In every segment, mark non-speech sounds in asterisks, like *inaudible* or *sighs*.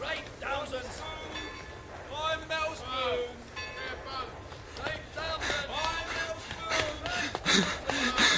Right, thousands. I'm Melspoon. Right, thousands. I'm Melspoon.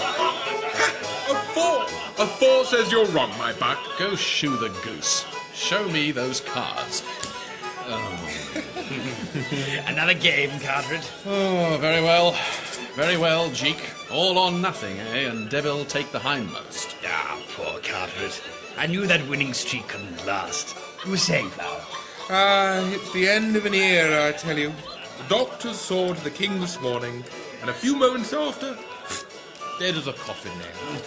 A four! A four says you're wrong, my buck. Go shoe the goose. Show me those cards. *laughs* Another game, Cartridge. Oh, very well. Very well, Jeek. All or nothing, eh? And Devil take the hindmost. Ah, poor Cartridge. I knew that winning streak couldn't last. You were saying, Flower? Ah, it's the end of an era, I tell you. The doctors saw to the king this morning, and a few moments after, dead as a coffin there.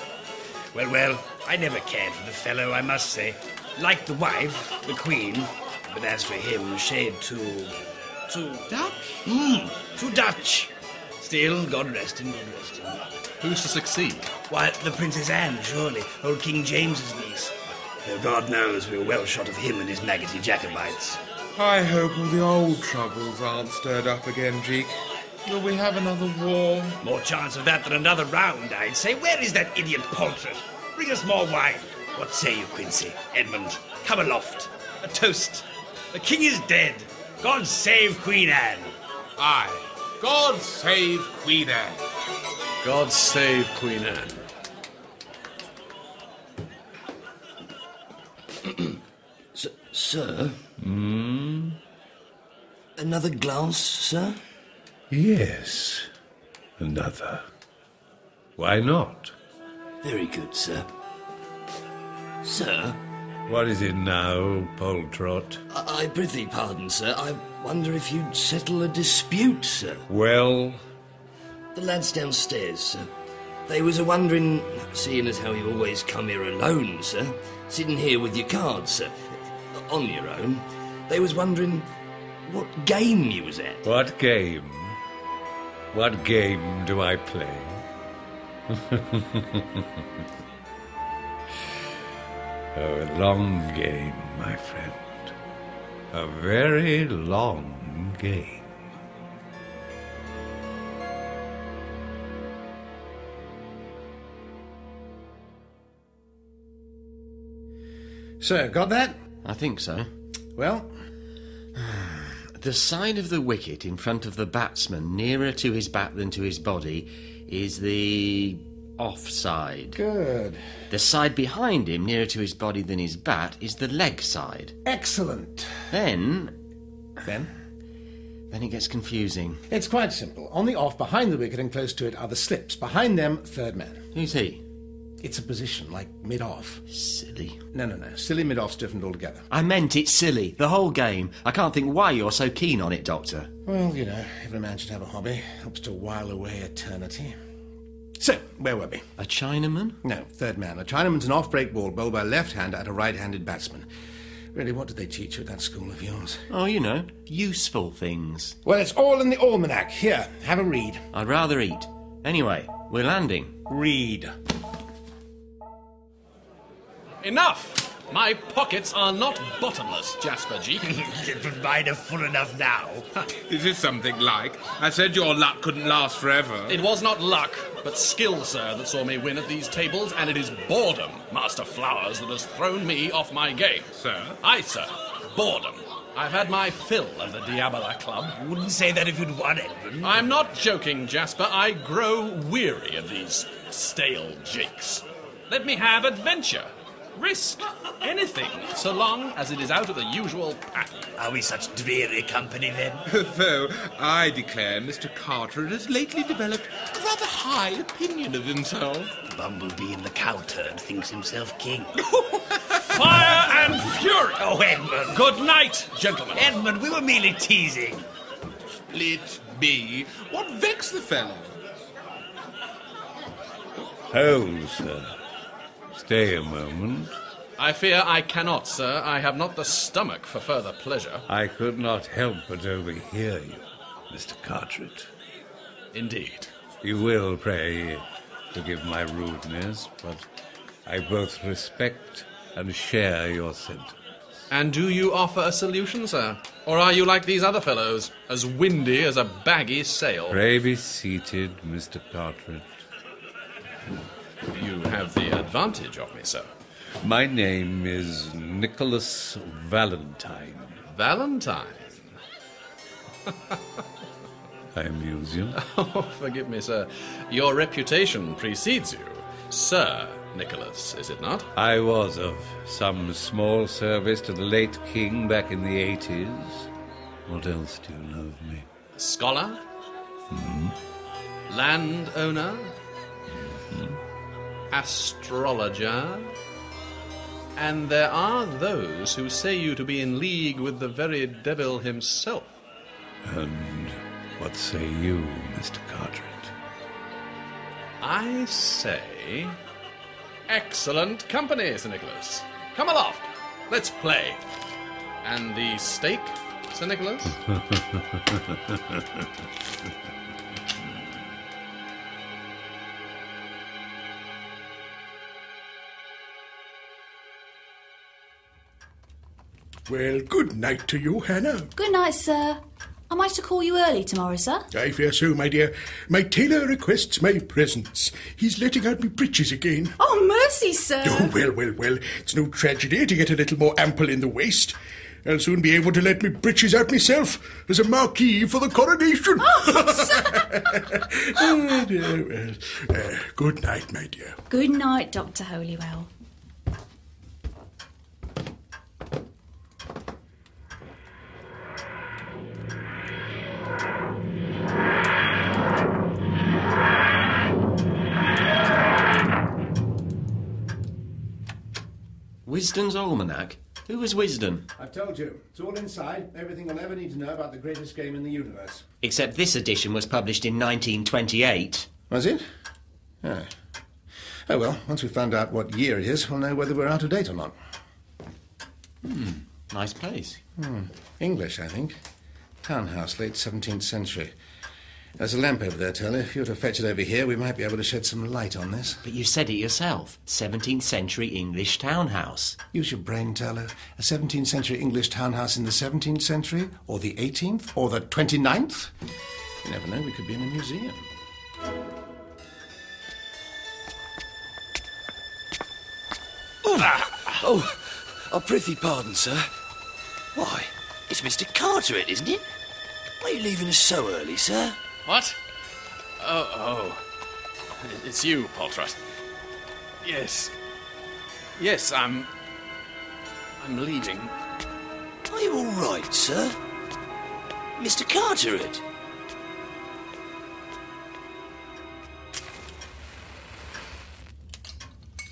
Well, well, I never cared for the fellow, I must say. Like the wife, the queen, but as for him, a shade too. too. Dutch? Mmm, too Dutch. Still, God rest him, God rest him. Who's to succeed? Why, the Princess Anne, surely, old King James's niece. Though God knows we were well shot of him and his maggoty Jacobites. I hope all the old troubles aren't stirred up again, Jeek. Will we have another war? More chance of that than another round, I'd say. Where is that idiot portrait? Bring us more wine. What say you, Quincy? Edmund, come aloft. A toast. The king is dead. God save Queen Anne. Aye. God save Queen Anne. God save Queen Anne. Sir? Hmm? Another glance, sir? Yes, another. Why not? Very good, sir. Sir? What is it now, old Poltrot? I, I prithee pardon, sir. I wonder if you'd settle a dispute, sir. Well, The lads downstairs, sir. They was a wondering, seeing as how you always come here alone, sir, sitting here with your cards, sir, on your own. They was wondering what game you was at. what game? What game do I play? *laughs* oh, a long game, my friend. A very long game. So, got that? I think so. Well, The side of the wicket in front of the batsman, nearer to his bat than to his body, is the offside. good. The side behind him, nearer to his body than his bat, is the leg side. Excellent. Then, Then? then it gets confusing. It's quite simple. On the off, behind the wicket and close to it are the slips. Behind them, third man. Who's he? It's a position like mid off. Silly. No, no, no. Silly mid off's different altogether. I meant it's silly. The whole game. I can't think why you're so keen on it, Doctor. Well, you know, every man should have a hobby. Helps to while away eternity. So, where were we? A Chinaman? No, third man. A Chinaman's an off break ball bowled by a left hander at a right handed batsman. Really, what did they teach you at that school of yours? Oh, you know, useful things. Well, it's all in the almanac. Here, have a read. I'd rather eat. Anyway, we're landing. Read. Enough! My pockets are not bottomless, Jasper Jeek. *laughs* Provide a full enough *laughs* now. This is something like, I said your luck couldn't last forever. It was not luck, but skill, sir, that saw me win at these tables, and it is boredom, Master Flowers, that has thrown me off my game. Sir? Aye, sir. Boredom. I've had my fill of the Diabola Club. Wouldn't say that if you'd won, Edmund. I'm not joking, Jasper. I grow weary of these stale jakes. Let me have adventure. risk, anything, so long as it is out of the usual pattern. Are we such dreary company then? *laughs* Though I declare Mr. Carter has lately developed a rather high opinion of himself. Bumblebee in the cowherd thinks himself king. Fire and fury! Oh, Edmund. Good night, gentlemen. Edmund, we were merely teasing. Let me. What vexed the fellow? Holmes, sir. Stay a moment. I fear I cannot, sir. I have not the stomach for further pleasure. I could not help but overhear you, Mr. Carteret. Indeed. You will, pray, forgive my rudeness, but I both respect and share your sentiment. And do you offer a solution, sir? Or are you like these other fellows, as windy as a baggy sail? Pray be seated, Mr. Carteret. You have the advantage of me, sir. My name is Nicholas Valentine. Valentine. *laughs* I amuse *laughs* you. Oh, forgive me, sir. Your reputation precedes you. Sir Nicholas, is it not? I was of some small service to the late king back in the 80s. What else do you know of me? Scholar? Landowner? Astrologer? And there are those who say you to be in league with the very devil himself. And what say you, Mr. Carteret? I say. Excellent company, Sir Nicholas. Come aloft. Let's play. And the stake, Sir Nicholas? Well, good night to you, Hannah. Good night, sir. Am I to call you early tomorrow, sir? I fear so, my dear. My tailor requests my presence. He's letting out me breeches again. Oh, mercy, sir. Oh, well, well, well. It's no tragedy to get a little more ample in the waist. I'll soon be able to let me breeches out myself as a marquee for the coronation. *laughs* Oh, dear, well, uh, good night, my dear. Good night, Dr. Holywell. Wisden's Almanac? Who was Wisden? I've told you. It's all inside. Everything you'll ever need to know about the greatest game in the universe. Except this edition was published in 1928. Was it? Ah. Oh, well, once we've found out what year it is, we'll know whether we're out of date or not. Hmm, Nice place. English, I think. Townhouse, late 17th century. There's a lamp over there, Taylor. If you were to fetch it over here, we might be able to shed some light on this. But you said it yourself 17th century English townhouse. Use your brain, Taylor. A 17th century English townhouse in the 17th century, or the 18th, or the 29th? You never know, we could be in a museum. Oh, I prithee pardon, sir. Why, it's Mr. Carteret, isn't it? Why are you leaving us so early, sir? What? Oh, oh. It- It's you, Poltrot. Yes. Yes, I'm. I'm leaving. Are you all right, sir? Mr. Carteret?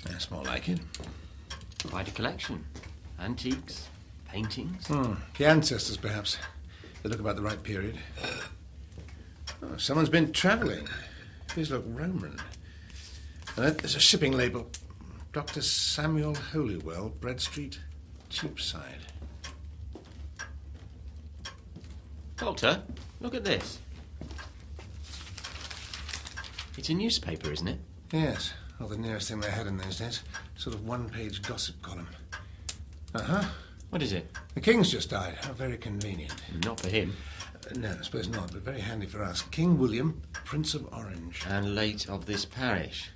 That's more like it. Quite a collection. Antiques, paintings. Hmm, The ancestors, perhaps. They look about the right period. Oh, someone's been travelling. These look Roman. And that- there's a shipping label. Dr. Samuel Holywell, Bread Street, Cheapside. Doctor, look at this. It's a newspaper, isn't it? Yes, well, the nearest thing they had in those days. Sort of one-page gossip column. Uh-huh. What is it? The king's just died. How very convenient. Not for him. Uh, No, I suppose not, but very handy for us. King William, Prince of Orange. And late of this parish.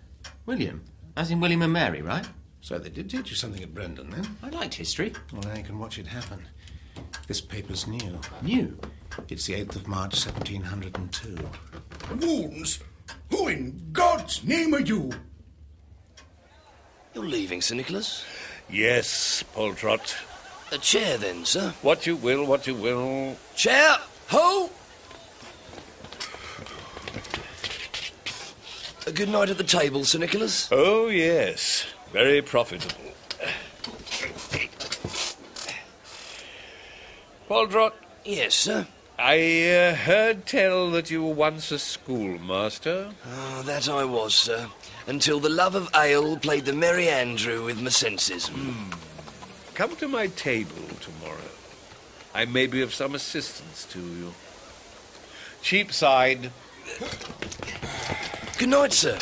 William, as in William and Mary, right? So they did teach you something at Brendan, then? I liked history. Well, now you can watch it happen. This paper's new. New. It's the 8th of March, 1702. Wounds? Who in God's name are you? You're leaving, Sir Nicholas? Yes, Poltrot. A chair then, sir. What you will, what you will. Chair, ho! A good night at the table, Sir Nicholas. Oh, yes. Very profitable. Poldrot. Yes, sir. I uh, heard tell that you were once a schoolmaster. Ah, that I was, sir. Until the love of ale played the merry andrew with my senses. Come to my table tomorrow. I may be of some assistance to you. Cheapside. Good night, sir.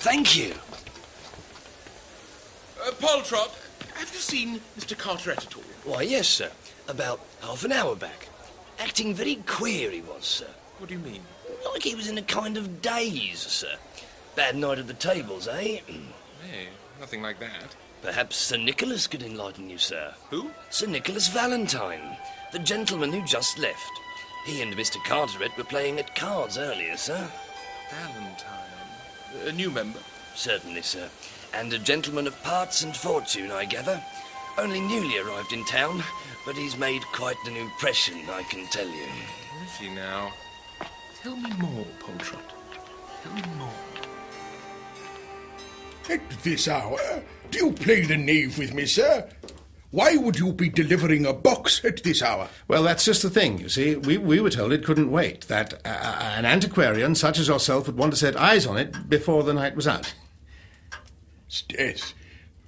Thank you. Uh, Poltrot, have you seen Mr. Carteret at all? Why, yes, sir. About half an hour back. Acting very queer he was, sir. What do you mean? Like he was in a kind of daze, sir. Bad night at the tables, eh? *clears throat* Hey, nothing like that. Perhaps Sir Nicholas could enlighten you, sir. Who? Sir Nicholas Valentine, the gentleman who just left. He and Mr. Carteret were playing at cards earlier, sir. Valentine. A new member? Certainly, sir. And a gentleman of parts and fortune, I gather. Only newly arrived in town, but he's made quite an impression, I can tell you. Where is he now? *laughs* Tell me more, Poltrot. Tell me more. At this hour? Do you play the knave with me, sir? Why would you be delivering a box at this hour? Well, that's just the thing, you see. We, we were told it couldn't wait, that uh, uh, an antiquarian such as yourself would want to set eyes on it before the night was out. Yes,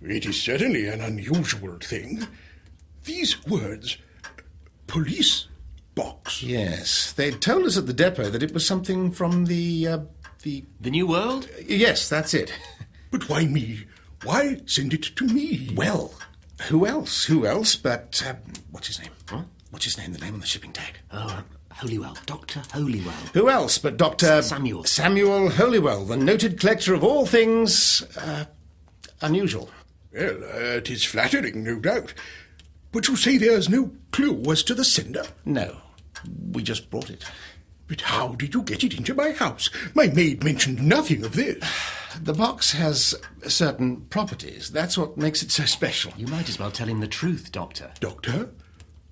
it is certainly an unusual thing. These words, police box. Yes, they told us at the depot that it was something from the. Uh, the. Uh, The New World? Yes, that's it. But why me? Why send it to me? Well, who else? Who else but. Uh, what's his name? What? What's his name? The name on the shipping tag. um, Oh, Holywell. Dr. Holywell. Who else but Dr. Samuel. Samuel Holywell, the noted collector of all things. Uh, unusual. Well, uh, it is flattering, no doubt. But you say there's no clue as to the sender? No. We just brought it. But how did you get it into my house? My maid mentioned nothing of this. *sighs* The box has certain properties. That's what makes it so special. You might as well tell him the truth, Doctor. Doctor?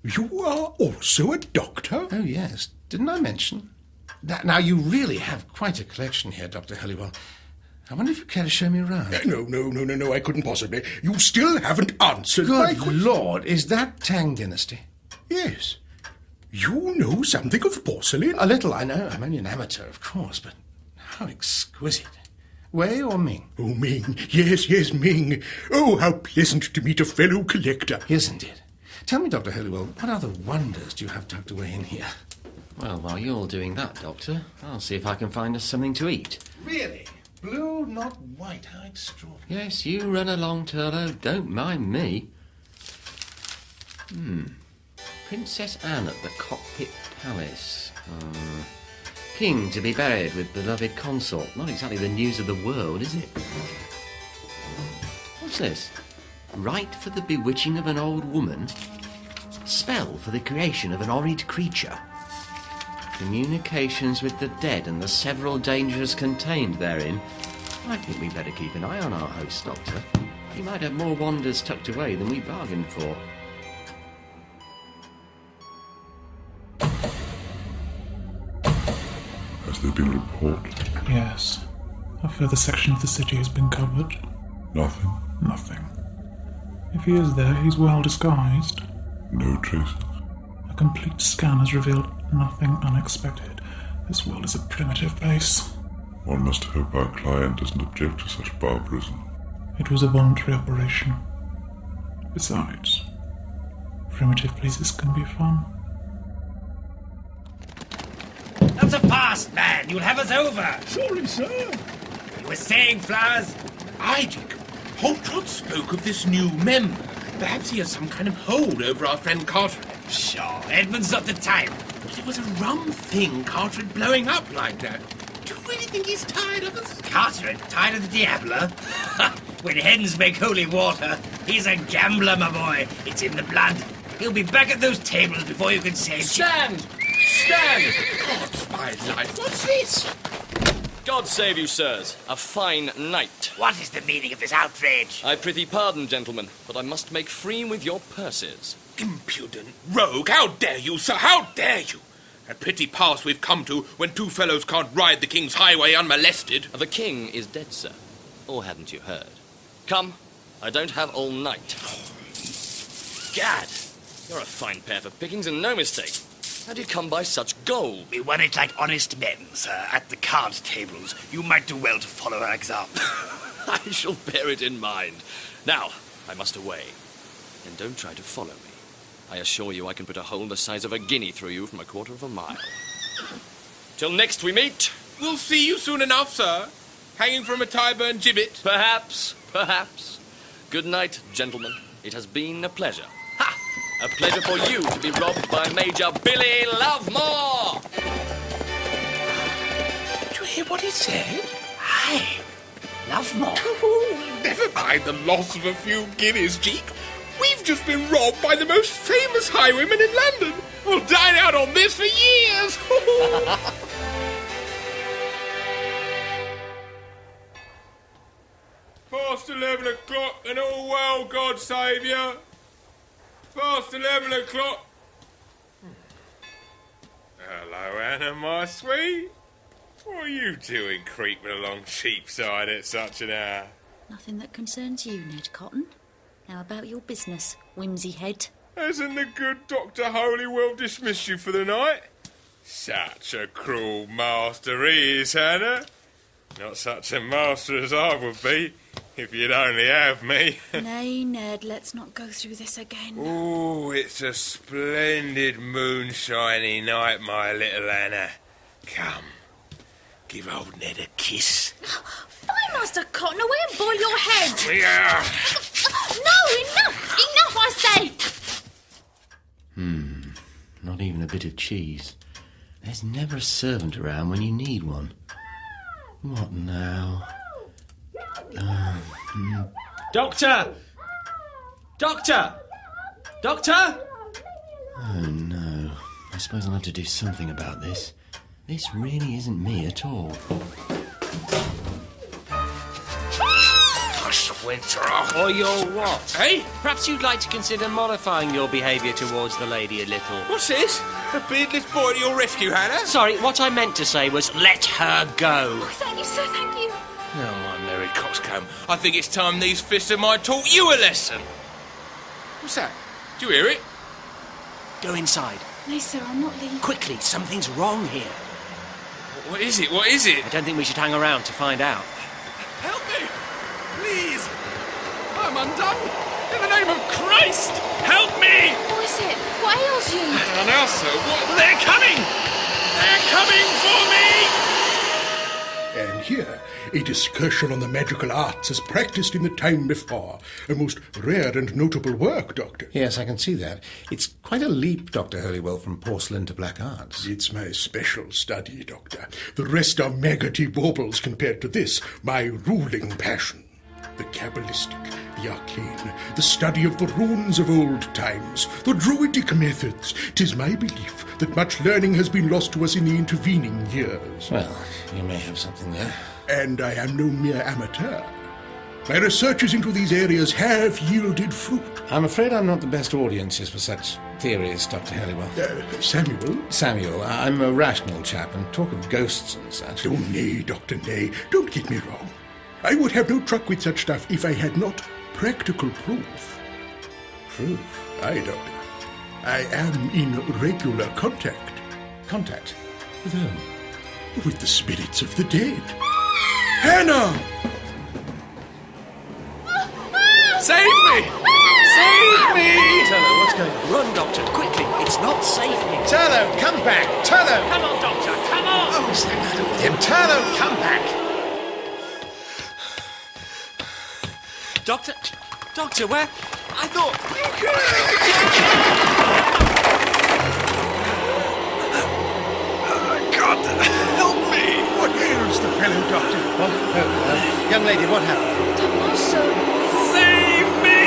You are also a doctor? Oh, yes. Didn't I mention? That, now, you really have quite a collection here, Dr. Holywell. I wonder if you care to show me around. Uh, No, no, no, no, no, I couldn't possibly. You still haven't answered my Good question. Lord, is that Tang Dynasty? Yes. You know something of porcelain? A little, I know. I'm only an amateur, of course, but how exquisite. Wei or Ming? Oh, Ming. Yes, yes, Ming. Oh, how pleasant to meet a fellow collector. Isn't it? Tell me, Dr. Holywell, what other wonders do you have tucked away in here? Well, while you're doing that, Doctor, I'll see if I can find us something to eat. Really? Blue, not white. How extraordinary. Yes, you run along, Turlo. Don't mind me. Hmm. Princess Anne at the Cockpit Palace. Hmm. King to be buried with beloved consort. Not exactly the news of the world, is it? What's this? Rite for the bewitching of an old woman. Spell for the creation of an horrid creature. Communications with the dead and the several dangers contained therein. I think we better keep an eye on our host, Doctor. He might have more wonders tucked away than we bargained for. Has there been a report? Yes. A further section of the city has been covered. Nothing? Nothing. If he is there, he's well disguised. No traces? A complete scan has revealed nothing unexpected. This world is a primitive place. One must hope our client doesn't object to such barbarism. It was a voluntary operation. Besides, primitive places can be fun. Not so fast, man. You'll have us over. Sorry, sir. You were saying, Flowers? I, Jacob. Poltrot spoke of this new member. Perhaps he has some kind of hold over our friend Carteret. Sure. Edmund's not the type. But it was a rum thing, Carteret blowing up like that. Do you really think he's tired of us? Carteret, tired of the Diablo? *laughs* when hens make holy water, he's a gambler, my boy. It's in the blood. He'll be back at those tables before you can say. Stand! Stand! God, my life, what's this? God save you, sirs. A fine night. What is the meaning of this outrage? I prithee pardon, gentlemen, but I must make free with your purses. Impudent rogue! How dare you, sir? How dare you? A pretty pass we've come to when two fellows can't ride the king's highway unmolested. The king is dead, sir. Or hadn't you heard? Come, I don't have all night. Gad, you're a fine pair for pickings and no mistake. How do you come by such gold? We won it like honest men, sir, at the card tables. You might do well to follow our example. *laughs* I shall bear it in mind. Now, I must away. And don't try to follow me. I assure you I can put a hole the size of a guinea through you from a quarter of a mile. Till next we meet. We'll see you soon enough, sir. Hanging from a Tyburn gibbet. Perhaps, perhaps. Good night, gentlemen. It has been a pleasure. Ha! A pleasure for you to be robbed by Major Billy Lovemore! Did you hear what he said? Aye. Love more. Never mind the loss of a few guineas, Jeek. We've just been robbed by the most famous highwayman in London. We'll dine out on this for years. *laughs* Past 11 o'clock and all well, God save you. Past 11 o'clock. Hello, Anna, my sweet. What are you doing creeping along Cheapside at such an hour? Nothing that concerns you, Ned Cotton. Now about your business, whimsy head. Hasn't the good Dr. Holywell dismissed you for the night? Such a cruel master he is, Hannah. Not such a master as I would be if you'd only have me. *laughs* Nay, Ned, let's not go through this again. Oh, it's a splendid moonshiny night, my little Anna. Come, give old Ned a kiss. Fine, Master Cotton, away and boil your head. Yeah. No, enough! Enough, I say! Hmm. Not even a bit of cheese. There's never a servant around when you need one. What now? Um, hmm. Doctor! Doctor! Doctor! Oh no. I suppose I'll have to do something about this. This really isn't me at all. Hush, Winter. Or your what? Hey? Perhaps you'd like to consider modifying your behaviour towards the lady a little. What's this? A beardless boy to your rescue, Hannah? Sorry, what I meant to say was let her go. Thank you, sir, thank you. Oh, my merry coxcomb. I think it's time these fists of mine taught you a lesson. What's that? Do you hear it? Go inside. No, sir, I'm not leaving. Quickly, something's wrong here. What is it? What is it? I don't think we should hang around to find out. Help me! Please! I'm undone! In the name of Christ! Help me! What is it? What ails you? And now, sir, what? They're coming! They're coming for me! And here, a discursion on the magical arts as practiced in the time before. A most rare and notable work, Doctor. Yes, I can see that. It's quite a leap, Dr. Holywell, from porcelain to black arts. It's my special study, Doctor. The rest are maggoty warbles compared to this, my ruling passion. The cabalistic, the arcane, the study of the runes of old times, the druidic methods. Tis my belief that much learning has been lost to us in the intervening years. Well, you may have something there. And I am no mere amateur. My researches into these areas have yielded fruit. I'm afraid I'm not the best audiences for such theories, Dr. Halliwell. Uh, Samuel? Samuel, I- I'm a rational chap and talk of ghosts and such. Oh, nay, Doctor, nay. Don't get me wrong. I would have no truck with such stuff if I had not practical proof. Proof? Aye, Doctor. I am in regular contact. Contact? With whom? With the spirits of the dead. Hannah! Save me! Save me! Turlo, what's going on? Run, Doctor, quickly. It's not safe here. Turlo, come back! Turlo! Come on, Doctor, come on! Oh, what's the matter with him? Turlo, come back! Doctor, Doctor, where? I thought. God, *laughs* help me! What ails the fellow, Doctor? What? Oh, uh, young lady, what happened? Don't know, sir. Save me!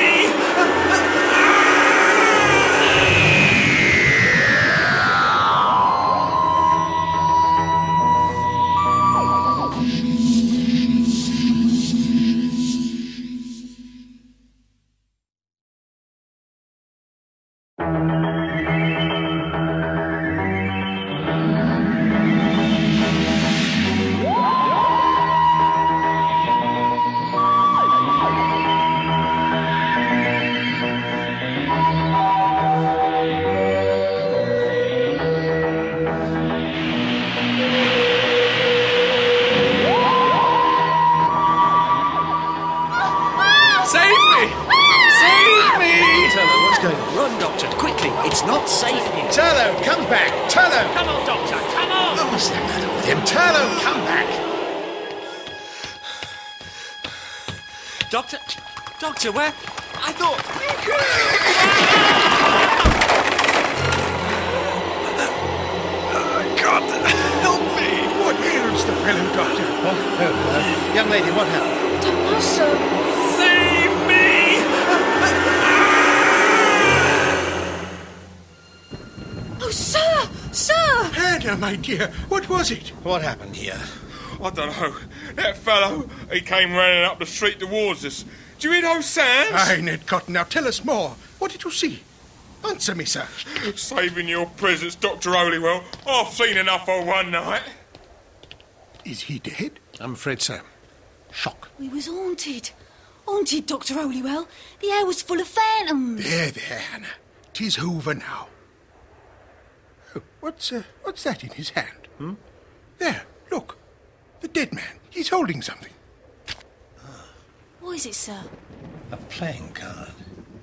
not safe here. Turlo, come back. Turlo. Come on, Doctor. Come on. What was the matter with him? Turlo, come back. Doctor? Doctor, where? I thought. Oh, God, help me. What ails the fellow, Doctor? What? Oh, uh, *laughs* young lady, what happened? Don't know, sir. Save Oh, sir! Sir! Hannah, my dear, what was it? What happened here? I don't know. That fellow, he came running up the street towards us. Do you hear those sounds? Aye, Ned Cotton, now tell us more. What did you see? Answer me, sir. Saving your presence, Dr. Holywell. I've seen enough for one night. Is he dead? I'm afraid so. We was haunted. Haunted, Dr. Holywell. The air was full of phantoms. There, there, Hannah. Tis over now. Oh, what's, uh, what's that in his hand? Hmm? There, look. The dead man. He's holding something. What is it, sir? A playing card.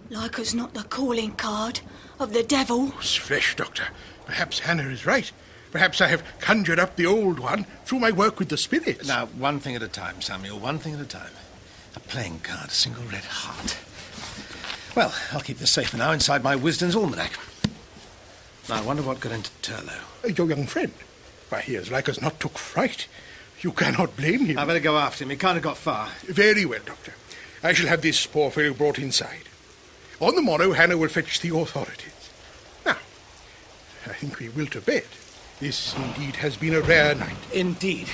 Like as not the calling card of the devil. Flesh, Doctor. Perhaps Hannah is right. Perhaps I have conjured up the old one through my work with the spirits. Now, one thing at a time, Samuel. One thing at a time. A playing card, a single red heart. Well, I'll keep this safe for now inside my Wisdom's Almanac. Now, I wonder what got into Turlough. Uh, Your young friend. Why, he as like as not took fright. You cannot blame him. I better go after him. He can't have got far. Very well, Doctor. I shall have this poor fellow brought inside. On the morrow, Hannah will fetch the authorities. Now, I think we will to bed. This indeed has been a rare night. Eh, Indeed.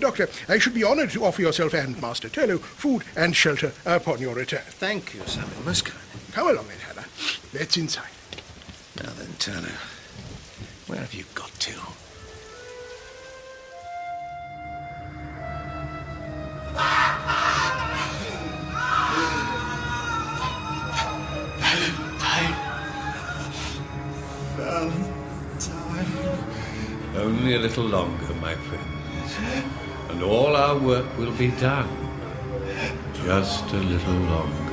Doctor, I should be honoured to offer yourself and Master Turlough food and shelter upon your return. Thank you, Samuel. Most kind. Come along then, Hannah. Let's inside. Now then, Turner, where have you got to? Only a little longer, my friends, and all our work will be done. Just a little longer.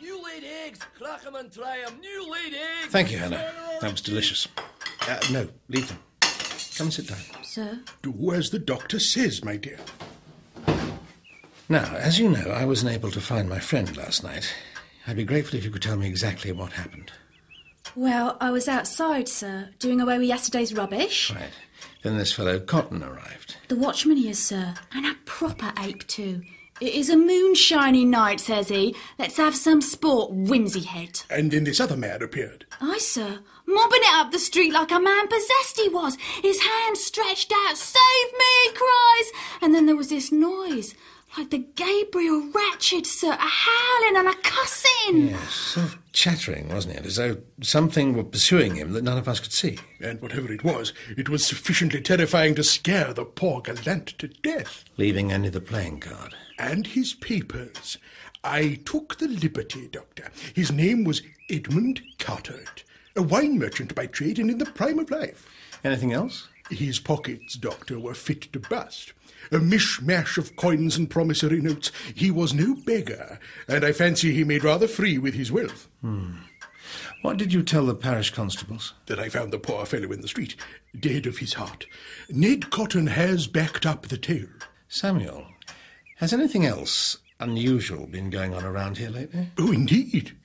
New laid eggs, crack 'em and try 'em. New laid eggs. Thank you, Hannah. That was delicious. Uh, no, leave them. Come sit down. Sir? Do as the doctor says, my dear. Now, as you know, I wasn't able to find my friend last night. I'd be grateful if you could tell me exactly what happened. Well, I was outside, sir, doing away with yesterday's rubbish. Right. Then this fellow Cotton arrived. The watchman here, sir, and a proper ape too. It is a moonshiny night, says he. Let's have some sport, whimsy head. And then this other man appeared. Aye, sir. Mobbing it up the street like a man possessed he was. His hand stretched out, save me, he cries. And then there was this noise, like the Gabriel Ratchet, sir, a howling and a cussing. Yes, sort of chattering, wasn't it? As though something were pursuing him that none of us could see. And whatever it was, it was sufficiently terrifying to scare the poor gallant to death. Leaving only the playing card. And his papers. I took the liberty, Doctor. His name was Edmund Carteret, a wine merchant by trade and in the prime of life. Anything else? His pockets, Doctor, were fit to bust. A mishmash of coins and promissory notes. He was no beggar, and I fancy he made rather free with his wealth. Hmm. What did you tell the parish constables? That I found the poor fellow in the street, dead of his heart. Ned Cotton has backed up the tale. Samuel, has anything else unusual been going on around here lately? Oh, indeed.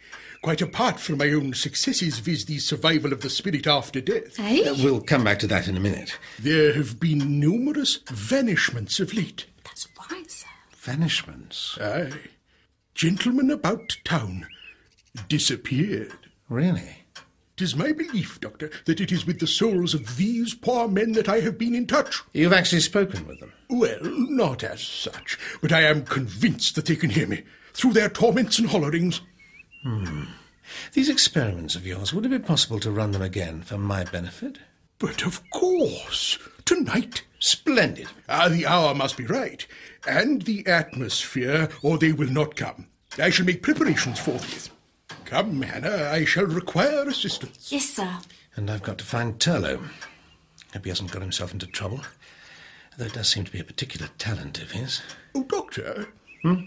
Quite apart from my own successes vis the survival of the spirit after death. Uh, we'll come back to that in a minute. There have been numerous vanishments of late. That's right, sir. Vanishments? Aye. Gentlemen about town disappeared. Really? Tis my belief, Doctor, that it is with the souls of these poor men that I have been in touch. You've actually spoken with them. Well, not as such, but I am convinced that they can hear me through their torments and hollerings. Hmm. These experiments of yours, would it be possible to run them again for my benefit? But of course, tonight. Splendid. Ah, the hour must be right, and the atmosphere, or they will not come. I shall make preparations forthwith. Come, Hannah, I shall require assistance. Yes, sir. And I've got to find Turlo. Hope he hasn't got himself into trouble. Though it does seem to be a particular talent of his. Oh, Doctor. Hmm?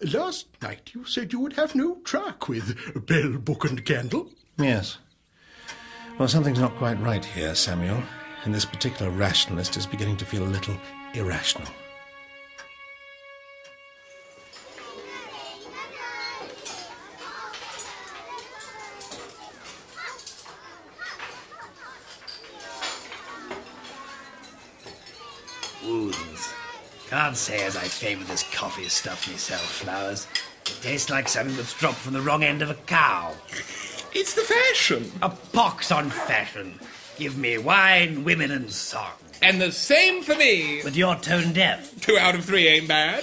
Last night you said you would have no truck with bell, book, and candle. Yes. Well, something's not quite right here, Samuel. And this particular rationalist is beginning to feel a little irrational. Wounds. Can't say as I favour this coffee stuff myself, Flowers. It tastes like something that's dropped from the wrong end of a cow. *laughs* It's the fashion. A pox on fashion. Give me wine, women, and song. And the same for me. But you're tone deaf. Two out of three ain't bad.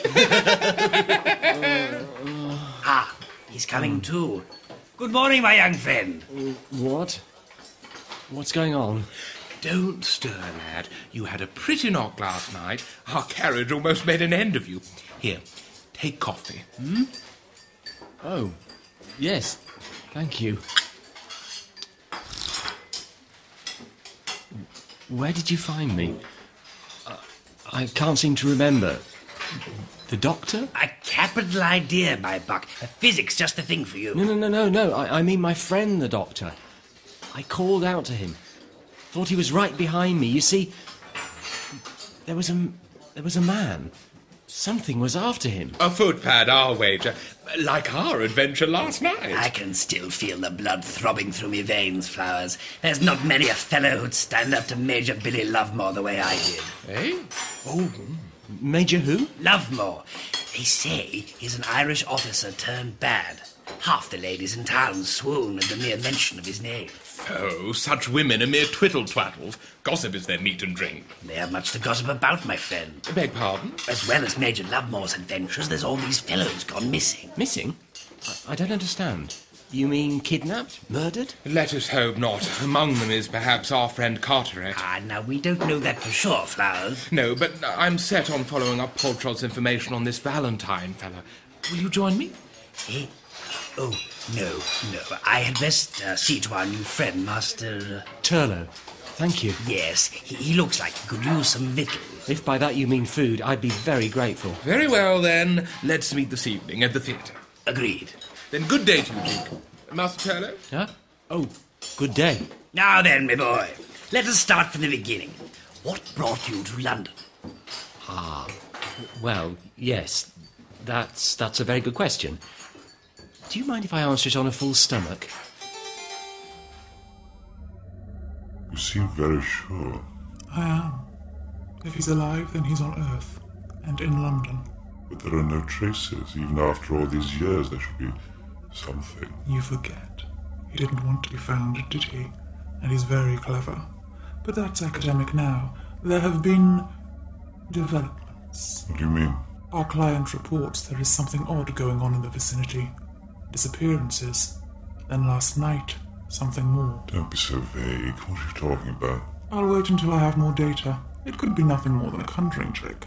*laughs* ah, he's Mm. coming too. Good morning, my young friend. What? What's going on? Don't stir, lad. You had a pretty knock last night. Our carriage almost made an end of you. Here, take coffee. Hmm? Oh, yes. Thank you. Where did you find me? Uh, I can't seem to remember. The doctor? A capital idea, my buck. A physics just the thing for you. No, no, no, no, no. I, I mean my friend, the doctor. I called out to him. Thought he was right behind me. You see, there was a m- there was a man. Something was after him. A footpad, I'll wager. Like our adventure last night. I can still feel the blood throbbing through me veins, Flowers. There's not many a fellow who'd stand up to Major Billy Lovemore the way I did. Eh? Oh, Major who? Lovemore. They say he's an Irish officer turned bad. Half the ladies in town swoon at the mere mention of his name. Oh, such women are mere twiddle twaddles. Gossip is their meat and drink. They have much to gossip about, my friend. beg pardon? As well as Major Lovemore's adventures, there's all these fellows gone missing. Missing? I, I don't understand. You mean kidnapped? Murdered? Let us hope not. Among them is perhaps our friend Carteret. Ah, now we don't know that for sure, Flowers. No, but I'm set on following up Poltrodd's information on this Valentine fellow. Will you join me? Eh? Oh, no, no. I had best uh, see to our new friend, Master. Uh... Turlo. Thank you. Yes, he, he looks like he could use some victuals. If by that you mean food, I'd be very grateful. Very well, then. Let's meet this evening at the theatre. Agreed. Then good day to you, Duke. Master Turlo? Huh? Oh, good day. Now then, my boy, let us start from the beginning. What brought you to *laughs* London? Ah, well, yes. That's that's a very good question. Do you mind if I answer it on a full stomach? You seem very sure. I am. If he's alive, then he's on Earth and in London. But there are no traces. Even after all these years, there should be something. You forget. He didn't want to be found, did he? And he's very clever. But that's academic now. There have been developments. What do you mean? Our client reports there is something odd going on in the vicinity. Disappearances. Then last night, something more. Don't be so vague. What are you talking about? I'll wait until I have more data. It could be nothing more than a conjuring trick.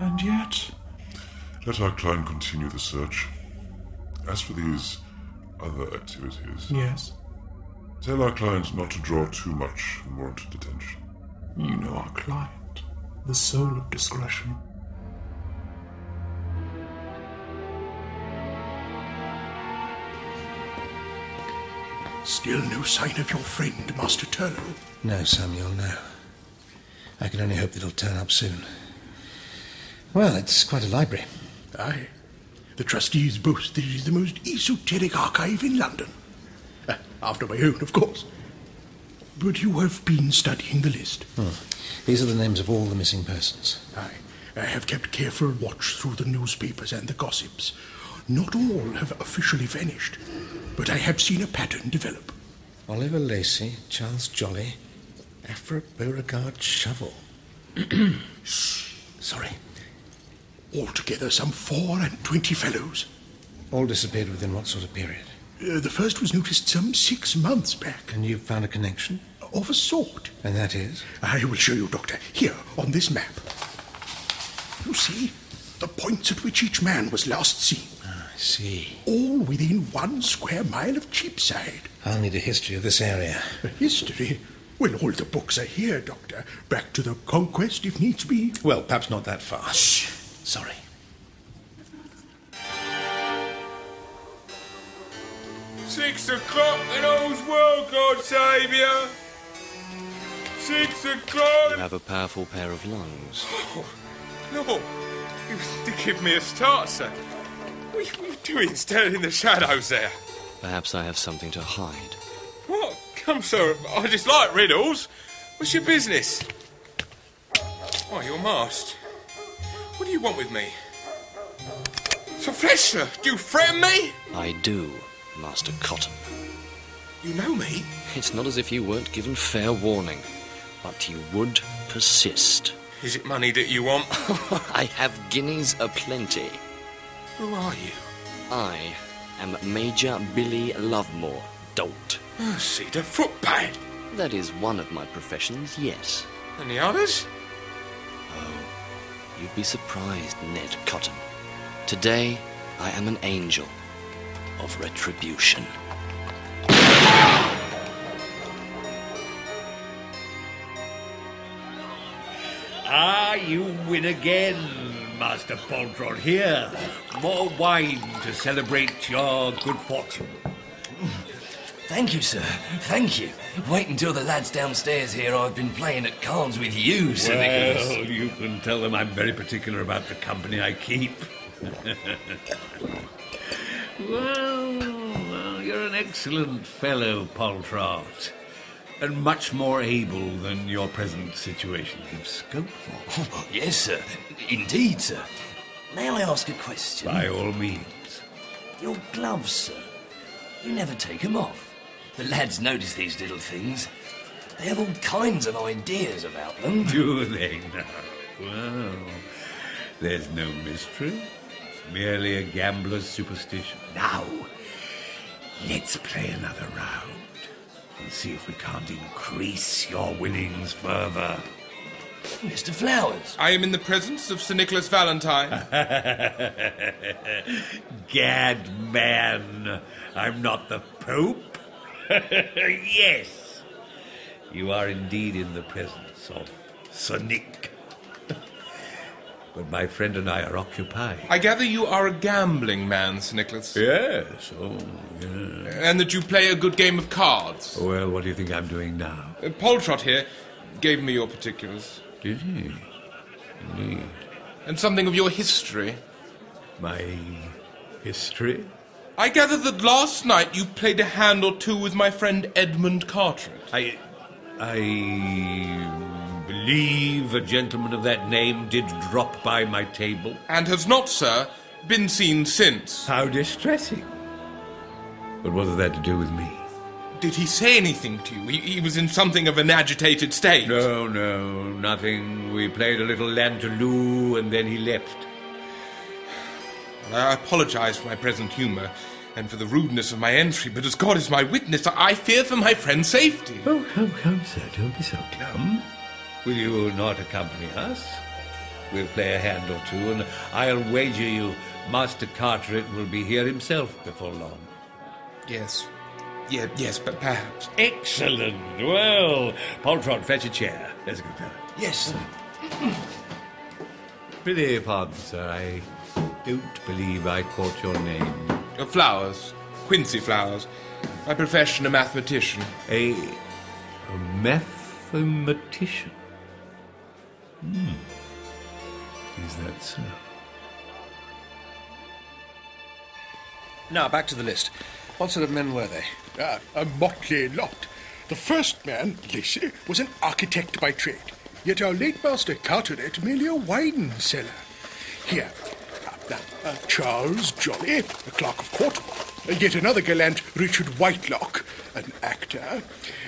And yet, Let our client continue the search. As for these other activities, yes, tell our client not to draw too much and warrant detention. you know our client, the soul of discretion. Still no sign of your friend, Master Turlough. No, Samuel, no. I can only hope that he'll turn up soon. Well, it's quite a library. Aye. The trustees boast that it is the most esoteric archive in London. Uh, after my own, of course. But you have been studying the list. Hmm. These are the names of all the missing persons. Aye. I have kept careful watch through the newspapers and the gossips. Not all have officially vanished, but I have seen a pattern develop. Oliver Lacey, Charles Jolly, Afra Beauregard Shovel. *clears throat* Sorry. Altogether, some four and twenty fellows. All disappeared within what sort of period? Uh, the first was noticed some six months back, And you've found a connection? of a sort. And that is? I will show you, Doctor, here on this map. You see, the points at which each man was last seen. I see. All within one square mile of Cheapside. I'll need a history of this area. A history? Well, all the books are here, Doctor. Back to the conquest if needs be. Well, perhaps not that far. Shh! Sorry. Six o'clock and all's well, God save you. Six You o'clock. have a powerful pair of lungs. Lord, you did give me a start, sir. What are you doing standing in the shadows there? Perhaps I have something to hide. What? Come, sir. I just like riddles. What's your business? Why, you're masked. What do you want with me? Sir Fletcher, do you threaten me? I do, Master Cotton. You know me? It's not as if you weren't given fair warning, but you would persist. Is it money that you want? *laughs* I have guineas aplenty. Who are you? I am Major Billy Lovemore, dolt. Oh, see, the footpad. That is one of my professions, yes. And the others? You'd be surprised, Ned Cotton. Today, I am an angel of retribution. Ah, you win again, Master Poltron. Here, more wine to celebrate your good fortune. Thank you, sir. Thank you. Wait until the lads downstairs hear I've been playing at cards with you, Sir Nicholas. Well, you can tell them I'm very particular about the company I keep. well, *laughs* well, you're an excellent fellow, Poltrot, and much more able than your present situation gives scope *laughs* for. yes, sir. Indeed, sir. May I ask a question? By all means. Your gloves, sir. You never take 'em off. The lads notice these little things. They have all kinds of ideas about *laughs* them. Do they now? Well, there's no mystery. It's merely a gambler's superstition. Now, let's play another round and see if we can't increase your winnings further. Mr. Flowers. I am in the presence of Sir Nicholas *laughs* Valentine. Gad man, I'm not the Pope. yes, you are indeed in the presence of Sir Nick. but my friend and I are occupied. I gather you are a gambling man, Sir Nicholas. Yes, oh, yes. And that you play a good game of cards. Well, what do you think I'm doing now? Uh, Poltrot here gave me your particulars. Did he? Indeed. And something of your history. My history? I gather that last night you played a hand or two with my friend Edmund Carteret. I. I believe a gentleman of that name did drop by my table. And has not, sir, been seen since. How distressing. But what has that to do with me? Did he say anything to you? He, he was in something of an agitated state. No, no, nothing. We played a little Lantaloo and then he left. I apologize for my present humor and for the rudeness of my entry, but as God is my witness, I I fear for my friend's safety. Oh, come, come, sir, don't be so glum. Will you not accompany us? We'll play a hand or two, and I'll wager you Master Carteret will be here himself before long. Yes. Yeah, yes, but perhaps. Excellent. Well, Poltron, fetch a chair. There's a good fellow. Yes, sir. Prithee, pardon, sir. I don't believe I caught your name. Uh, flowers. Quincy Flowers. By profession, a mathematician. A, a mathematician? Hmm. Is that so? Now, back to the list. What sort of men were they? Ah, a motley lot. The first man, Lacey, was an architect by trade, yet our late master Carteret merely a wine seller. Here, uh, uh, Charles Jolly, a clerk of court, and yet another gallant Richard Whitelock, an actor.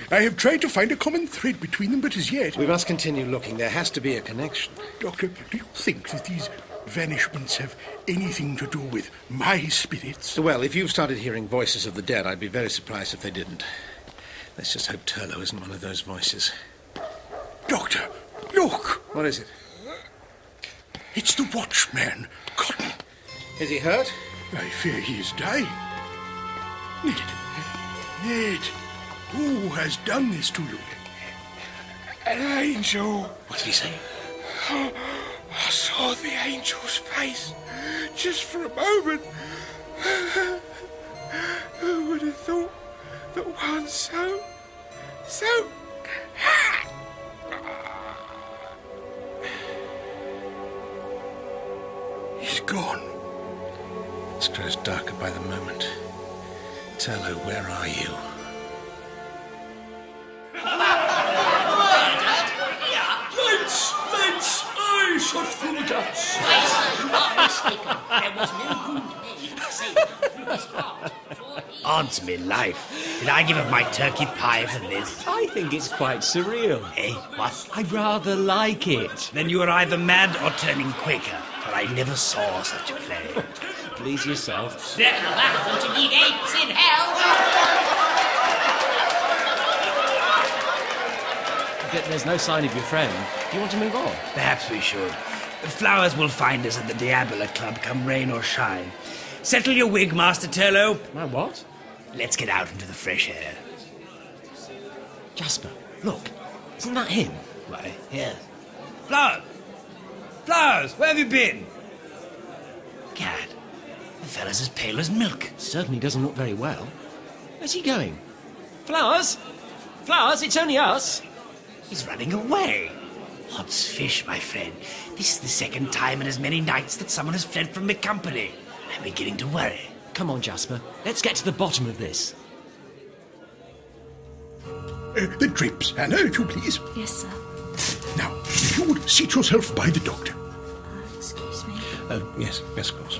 I have tried to find a common thread between them, but as yet. We must continue looking. There has to be a connection. Doctor, do you think that these vanishments have anything to do with my spirits? Well, if you've started hearing voices of the dead, I'd be very surprised if they didn't. Let's just hope Turlo isn't one of those voices. Doctor, look! What is it? It's the watchman, Cotton. Is he hurt? I fear he is dying. Ned, Ned, who has done this to you? An angel. What did he say? I saw the angel's face just for a moment. Who would have thought that one so, so. He's gone. This grows darker by the moment. Tello, where are you? Lights! Lights! I shot through the guts. Odds me life. Did I give up my turkey pie for this? I think it's quite surreal. Eh? What? I rather like it. Then you are either mad or turning Quaker, for I never saw such a play. *laughs* Please yourself. Better laugh than to meet apes in hell. Th- There's no sign of your friend. Do you want to move on? Perhaps we should. The flowers will find us at the Diabola Club, come rain or shine. Settle your wig, Master Turlo. My what? Let's get out into the fresh air. Jasper, look. Isn't that him? Why, yes. Flowers! Flowers, where have you been? Gad, the fella's as pale as milk. Certainly doesn't look very well. Where's he going? Flowers? Flowers, it's only us. He's running away. Odds fish, my friend. This is the second time in as many nights that someone has fled from my company. I'm beginning to worry. Come on, Jasper. Let's get to the bottom of this. Uh, the drapes, Hannah, if you please. Yes, sir. Now, if you would seat yourself by the doctor. Excuse me. Oh, yes, yes, of course.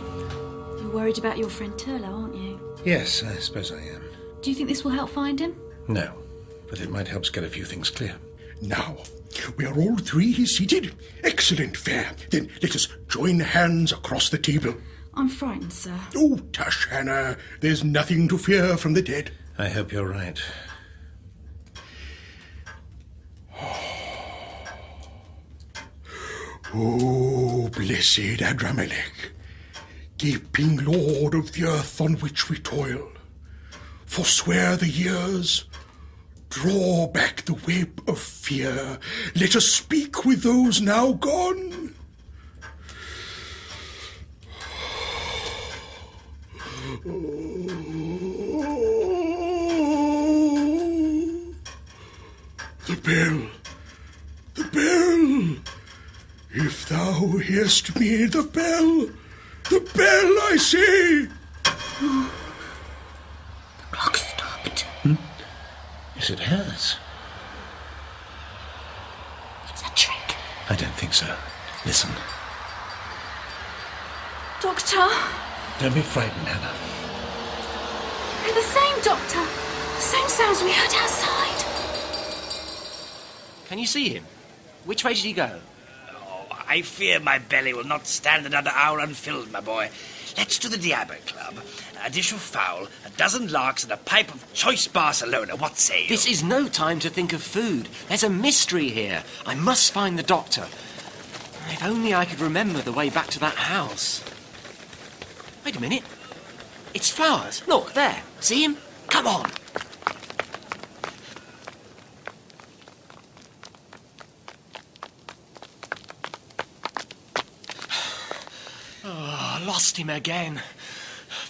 You're worried about your friend Turlo, aren't you? Yes, I suppose I am. Do you think this will help find him? No, but it might help us get a few things clear. Now, we are all three seated. Excellent fare. Then let us join hands across the table. I'm frightened, sir. Oh, tush, Hannah. There's nothing to fear from the dead. I hope you're right. Oh, blessed Adramelech, gaping lord of the earth on which we toil, forswear the years, draw back the web of fear, let us speak with those now gone. The bell, the bell. If thou hearest me, the bell, the bell, I say. Clock stopped. Hmm? Yes, it has. It's a trick. I don't think so. Listen. Doctor? Don't be frightened, Hannah. They're the same, Doctor. The same sounds we heard outside. Can you see him? Which way did he go? Oh, I fear my belly will not stand another hour unfilled, my boy. Let's to the Diabo Club. A dish of fowl, a dozen larks, and a pipe of choice Barcelona. What say you? This is no time to think of food. There's a mystery here. I must find the doctor. If only I could remember the way back to that house. Wait a minute. It's flowers. Look, there. See him? Come on. *sighs* Oh, I lost him again.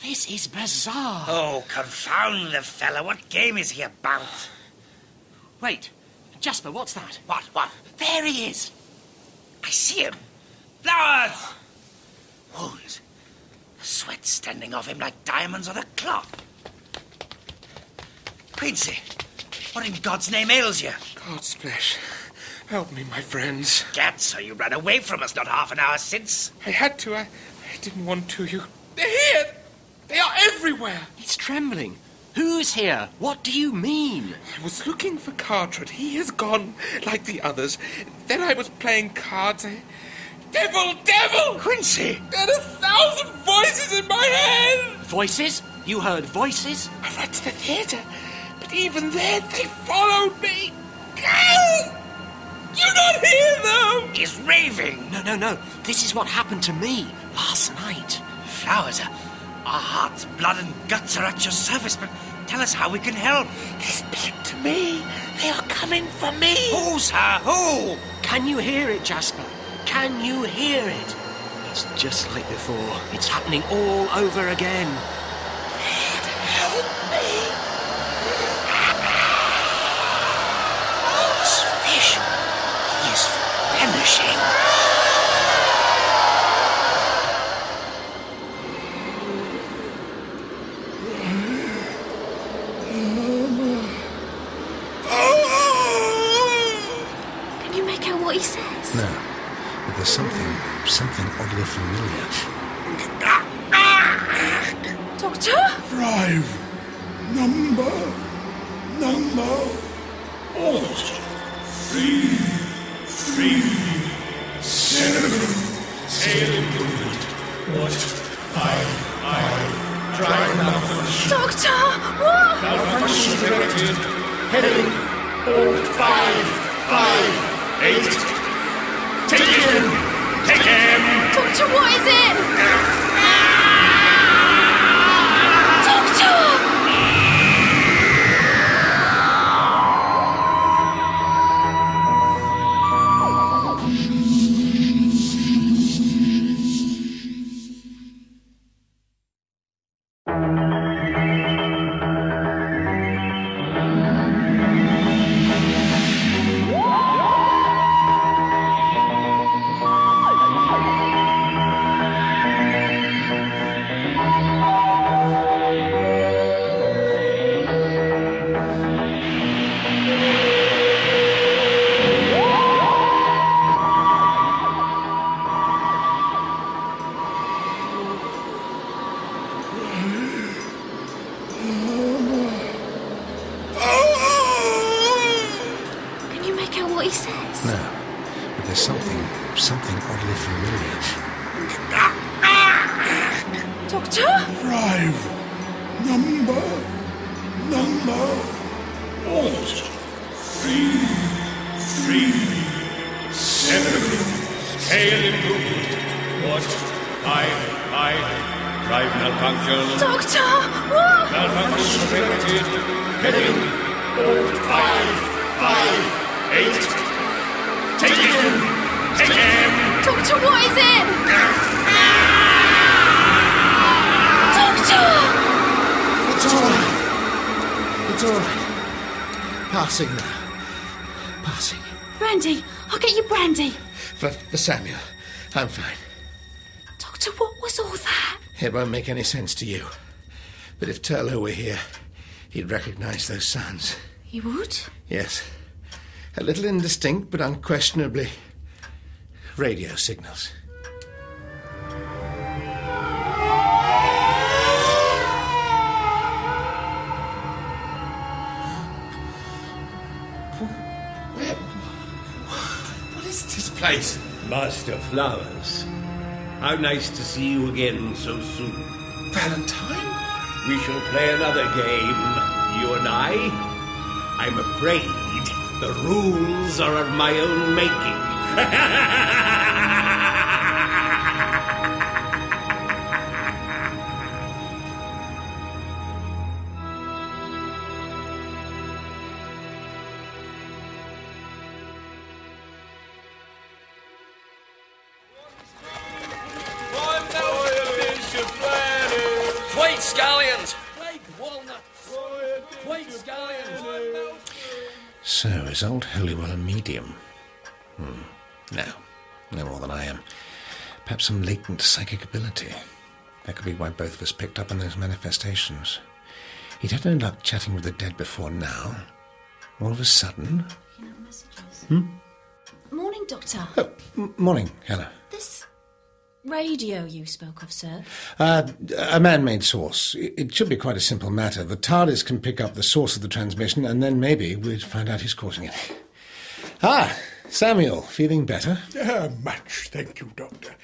This is bizarre. Oh, confound the fella. What game is he about? Wait. Jasper, what's that? What, what? There he is. I see him. Flowers! Wounds. The sweat standing off him like diamonds on a cloth. Quincy, what in God's name ails you? God's flesh. Help me, my friends. Gad, so you ran away from us not half an hour since. I had to. I, I didn't want to. You. They're here! They are everywhere! It's trembling. Who's here? What do you mean? I was looking for Cartred. He has gone like the others. Then I was playing cards. I... Devil, devil! Quincy! There are a thousand voices in my head! Voices? You heard voices? I ran to the theatre, but even there they followed me. Go! You not hear them? He's raving. No, no, no. This is what happened to me last night. Flowers, a, Our hearts, blood, and guts are at your service, but tell us how we can help. They speak to me. They are coming for me. Who, sir? Who? Can you hear it, Jasper? Can you hear it? It's just like before. It's happening all over again. Fish! He is vanishing. Can you make out what he says? No, but there's something, something oddly familiar. Doctor? Drive. Number. Number. Odd. Three. Three. Seven. What? I, I, drive now. Doctor! What? Malfunction detected. Heading. Old five, five, eight. Take him! Take him! Doctor, what is it? Doctor! Can you make out what he says? No, but there's something, something oddly familiar. Doctor? Drive. Number. Number. Odd. Three. Three. Seven. Hail improvement. What? I, I, drive malfunction. Doctor! What? Malfunction detected. Heading. Old five, five, eight. Take him! Take him! Doctor, what is it? Doctor! It's all right. It's all right. Passing now. Passing. Brandy, I'll get you brandy. For, for Samuel, I'm fine. Doctor, what was all that? It won't make any sense to you. But if Turlo were here, he'd recognize those sounds. He would? Yes. A little indistinct, but unquestionably radio signals. What is this place? Master Flowers, how nice to see you again so soon. Valentine? We shall play another game, you and I. I'm afraid the rules are of my own making. Wait, scallions! Wait, scallions! So, is old Holywell a medium? Hmm. No, no more than I am. Perhaps some latent psychic ability. That could be why both of us picked up on those manifestations. He'd had no luck chatting with the dead before now. All of a sudden. hmm? Morning, Doctor. M- morning, Hannah. This radio you spoke of, sir. Uh, a man made source. It it should be quite a simple matter. The TARDIS can pick up the source of the transmission, and then maybe we'd find out who's causing it. Ah, Samuel, feeling better? Ah, much, thank you, Doctor.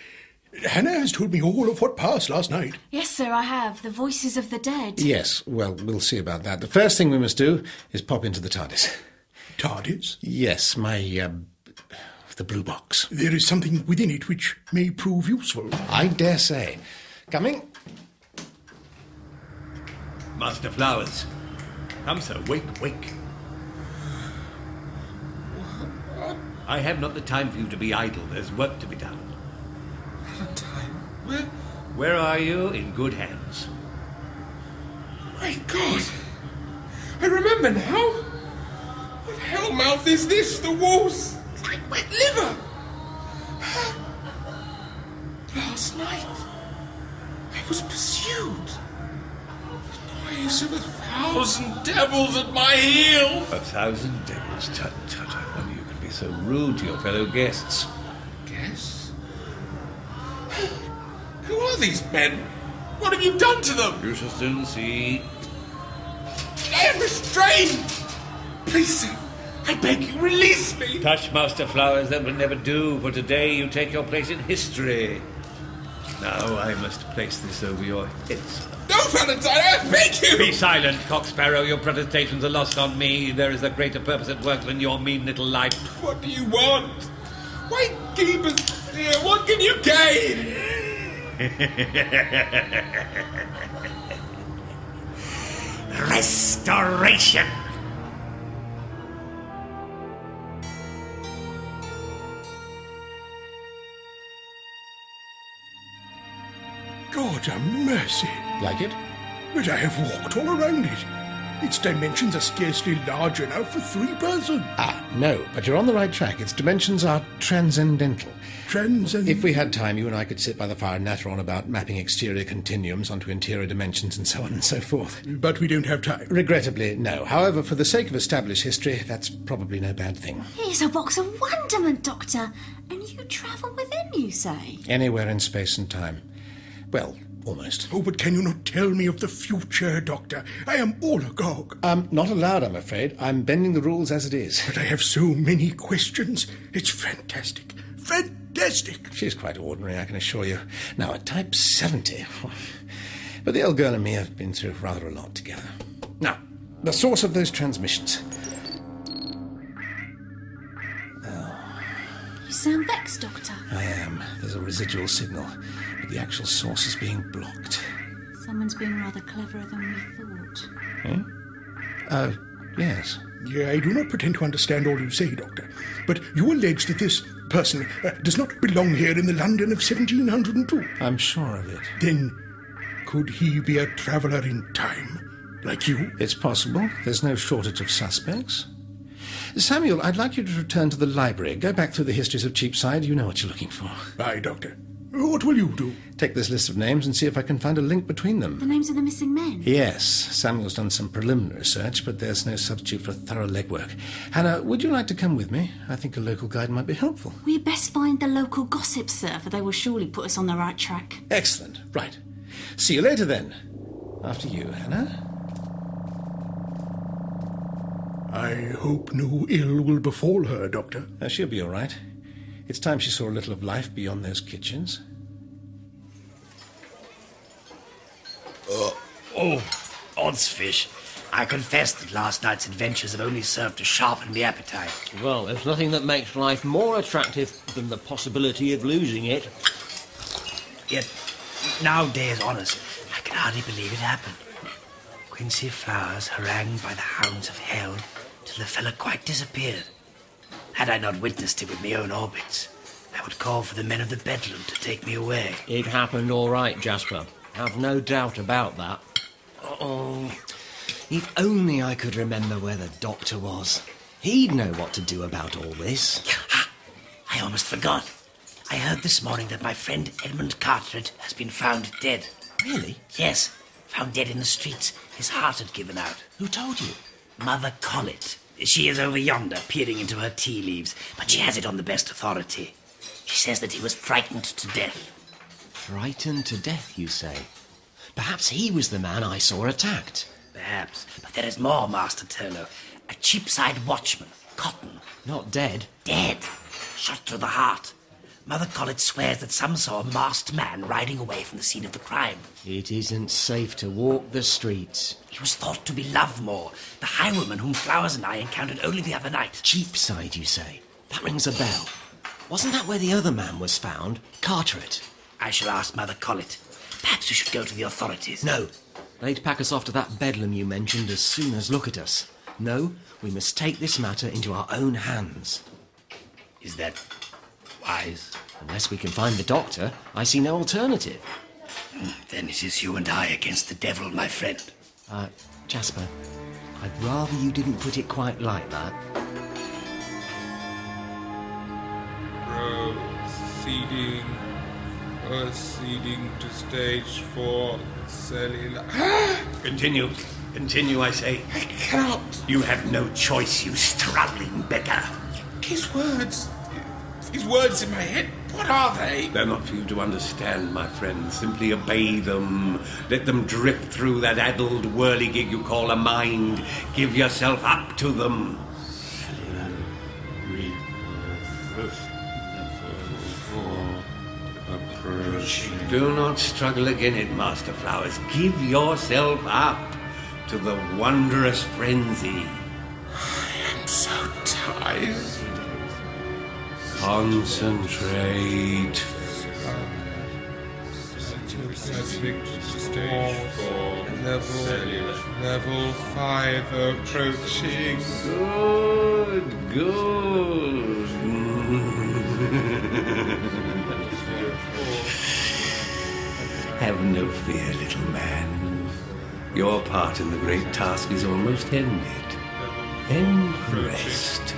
Hannah has told me all of what passed last night. Yes, sir, I have. The voices of the dead. Yes, well, we'll see about that. The first thing we must do is pop into the TARDIS. TARDIS? Yes, my. Um, the blue box. There is something within it which may prove useful. I dare say. Coming. Master Flowers. Come, sir, wake, wake. I have not the time for you to be idle. There's work to be done. Where- Where are you? In good hands. My God! I remember now! What hellmouth is this? The walls like wet liver! Last night, I was pursued. The noise of a thousand devils at my heels! A thousand devils. Tut, tut. I wonder you can be so rude to your fellow guests. Guess? Who are these men? What have you done to them? You shall soon see. I am restrained! Please, sir, I beg you, release me! Touch, Master Flowers, that will never do, for today you take your place in history. Now I must place this over your heads. No, Valentine, I beg you! Be silent, Cocksparrow. Your protestations are lost on me. There is a greater purpose at work than your mean little life. What do *laughs* you want? Why keep us here? What can you gain? Restoration! God a mercy. Like it? But I have walked all around it. Its dimensions are scarcely large enough for three persons. Ah, no, but you're on the right track. Its dimensions are transcendental. Transcendental? If we had time, you and I could sit by the fire and natter on about mapping exterior continuums onto interior dimensions and so on and so forth. But we don't have time. Regrettably, no. However, for the sake of established history, that's probably no bad thing. Here's a box of wonderment, Doctor. And you travel within, you say? Anywhere in space and time. Well, almost. Oh, but can you not tell me of the future, Doctor? I am all agog. Um, not allowed, I'm afraid. I'm bending the rules as it is. But I have so many questions. It's fantastic. Fantastic! She's quite ordinary, I can assure you. Now, at type 70. But the old girl and me have been through rather a lot together. Now, the source of those transmissions. You sound vexed, Doctor. I am. There's a residual signal, but the actual source is being blocked. Someone's been rather cleverer than we thought. Hmm? Uh, yes. Yeah, I do not pretend to understand all you say, Doctor. But you allege that this person uh, does not belong here in the London of 1702. I'm sure of it. Then, could he be a traveller in time, like you? It's possible. There's no shortage of suspects. Samuel, I'd like you to return to the library. Go back through the histories of Cheapside. You know what you're looking for. Aye, Doctor. What will you do? Take this list of names and see if I can find a link between them. The names of the missing men. Yes, Samuel's done some preliminary search, but there's no substitute for thorough legwork. Hannah, would you like to come with me? I think a local guide might be helpful. We had best find the local gossip, sir, for they will surely put us on the right track. Excellent. Right. See you later then. After you, Hannah. I hope no ill will befall her, Doctor. Uh, she'll be all right. It's time she saw a little of life beyond those kitchens. Oh, Oh, odds fish. I confess that last night's adventures have only served to sharpen my appetite. Well, there's nothing that makes life more attractive than the possibility of losing it. Yet, nowadays, honest, I can hardly believe it happened. Quincy Flowers harangued by the hounds of hell till the fellow quite disappeared. Had I not witnessed it with my own orbits, I would call for the men of the Bedlam to take me away. It happened all right, Jasper. I've no doubt about that. Oh, if only I could remember where the doctor was. He'd know what to do about all this. I almost forgot. I heard this morning that my friend Edmund Carteret has been found dead. Really? Yes, found dead in the streets. His heart had given out. Who told you? Mother Collett. She is over yonder, peering into her tea leaves, but she has it on the best authority. She says that he was frightened to death. Frightened to death, you say? Perhaps he was the man I saw attacked. Perhaps. But there is more, Master Turlough. A Cheapside watchman, Cotton. Not dead. Dead. Shot through the heart. Mother Collett swears that some saw a masked man riding away from the scene of the crime. It isn't safe to walk the streets. He was thought to be Lovemore, the highwayman whom Flowers and I encountered only the other night. Cheapside, you say? That rings a bell. Wasn't that where the other man was found? Carteret. I shall ask Mother Collett. Perhaps we should go to the authorities. No. They'd pack us off to that bedlam you mentioned as soon as look at us. No, we must take this matter into our own hands. Is that wise? Unless we can find the doctor, I see no alternative. Then it is you and I against the devil, my friend. Uh, Jasper, I'd rather you didn't put it quite like that. proceeding, proceeding to stage four cellular. Ah. Continue. Continue, I say. I cannot. You have no choice, you struggling beggar. His words, his words in my head. What are they? They're not for you to understand, my friend. Simply obey them. Let them drift through that addled whirligig you call a mind. Give yourself up to them. Do not struggle again it, Master Flowers. Give yourself up to the wondrous frenzy. I am so tired. Concentrate. *laughs* Pacific stage four, level, level five approaching. Good, good. Have no fear, little man. Your part in the great task is almost ended. Then rest.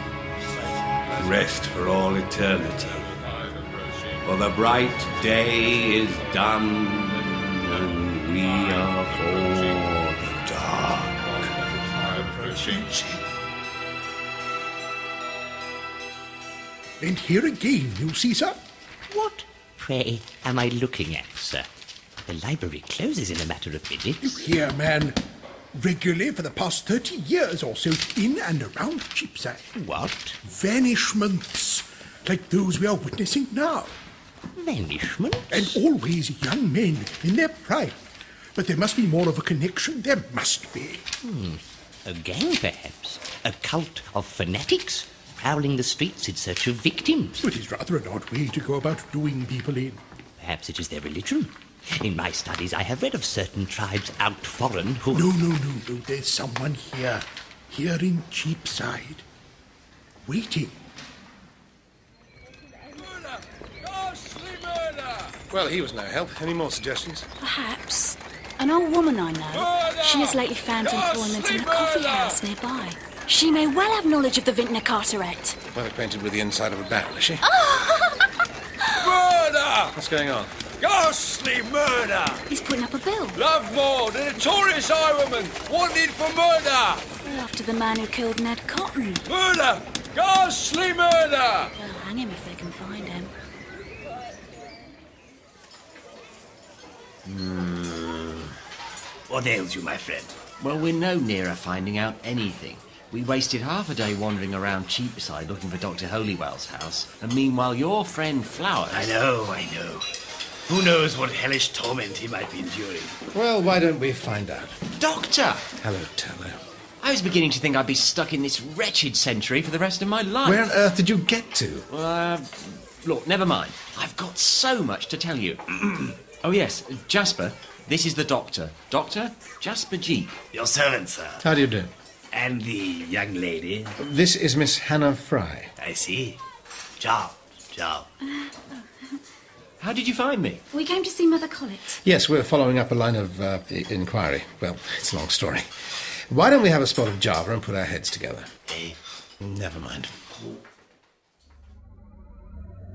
Rest for all eternity. For the bright day is done, and we are for the dark. And here again, you see, sir. What, pray, am I looking at, sir? The library closes in a matter of minutes. Here, man. Regularly for the past 30 years or so, in and around Cheapside. What? Vanishments, like those we are witnessing now. Vanishment? And always young men in their prime. But there must be more of a connection. There must be. Hmm. A gang, perhaps? A cult of fanatics? Prowling the streets in search of victims? It is rather an odd way to go about doing people in. Perhaps it is their religion. In my studies, I have read of certain tribes out foreign who. No, no, no, no. There's someone here. Here in Cheapside. Waiting. Well, he was no help. Any more suggestions? Perhaps. An old woman I know. She has lately found employment in a coffee house nearby. She may well have knowledge of the Vintner Carteret. Well acquainted with the inside of a barrel, is she? Murder! What's going on? Ghastly murder! He's putting up a bill. Lovemore, the notorious highwayman, wanted for murder! Well, After the man who killed Ned Cotton. Murder! Ghastly murder! They'll Oh, hang him if they can find him. What ails you, my friend? Hmm. Well, we're no nearer finding out anything. We wasted half a day wandering around Cheapside looking for Dr. Holywell's house, and meanwhile your friend Flowers. I know, I know. Who knows what hellish torment he might be enduring? Well, why don't we find out? Doctor! Hello, Tello. I was beginning to think I'd be stuck in this wretched century for the rest of my life. Where on earth did you get to? Uh, look, never mind. I've got so much to tell *clears throat* you. oh, yes, Jasper, this is the doctor. Doctor, Jasper Jeep. Your servant, sir. How do you do? And the young lady. This is Miss Hannah Fry. I see. Ciao. Ciao. How did you find me? Uh, We came to see Mother Collett. Yes, we're following up a line of uh, i- inquiry. Well, it's a long story. Why don't we have a spot of Java and put our heads together? Never mind.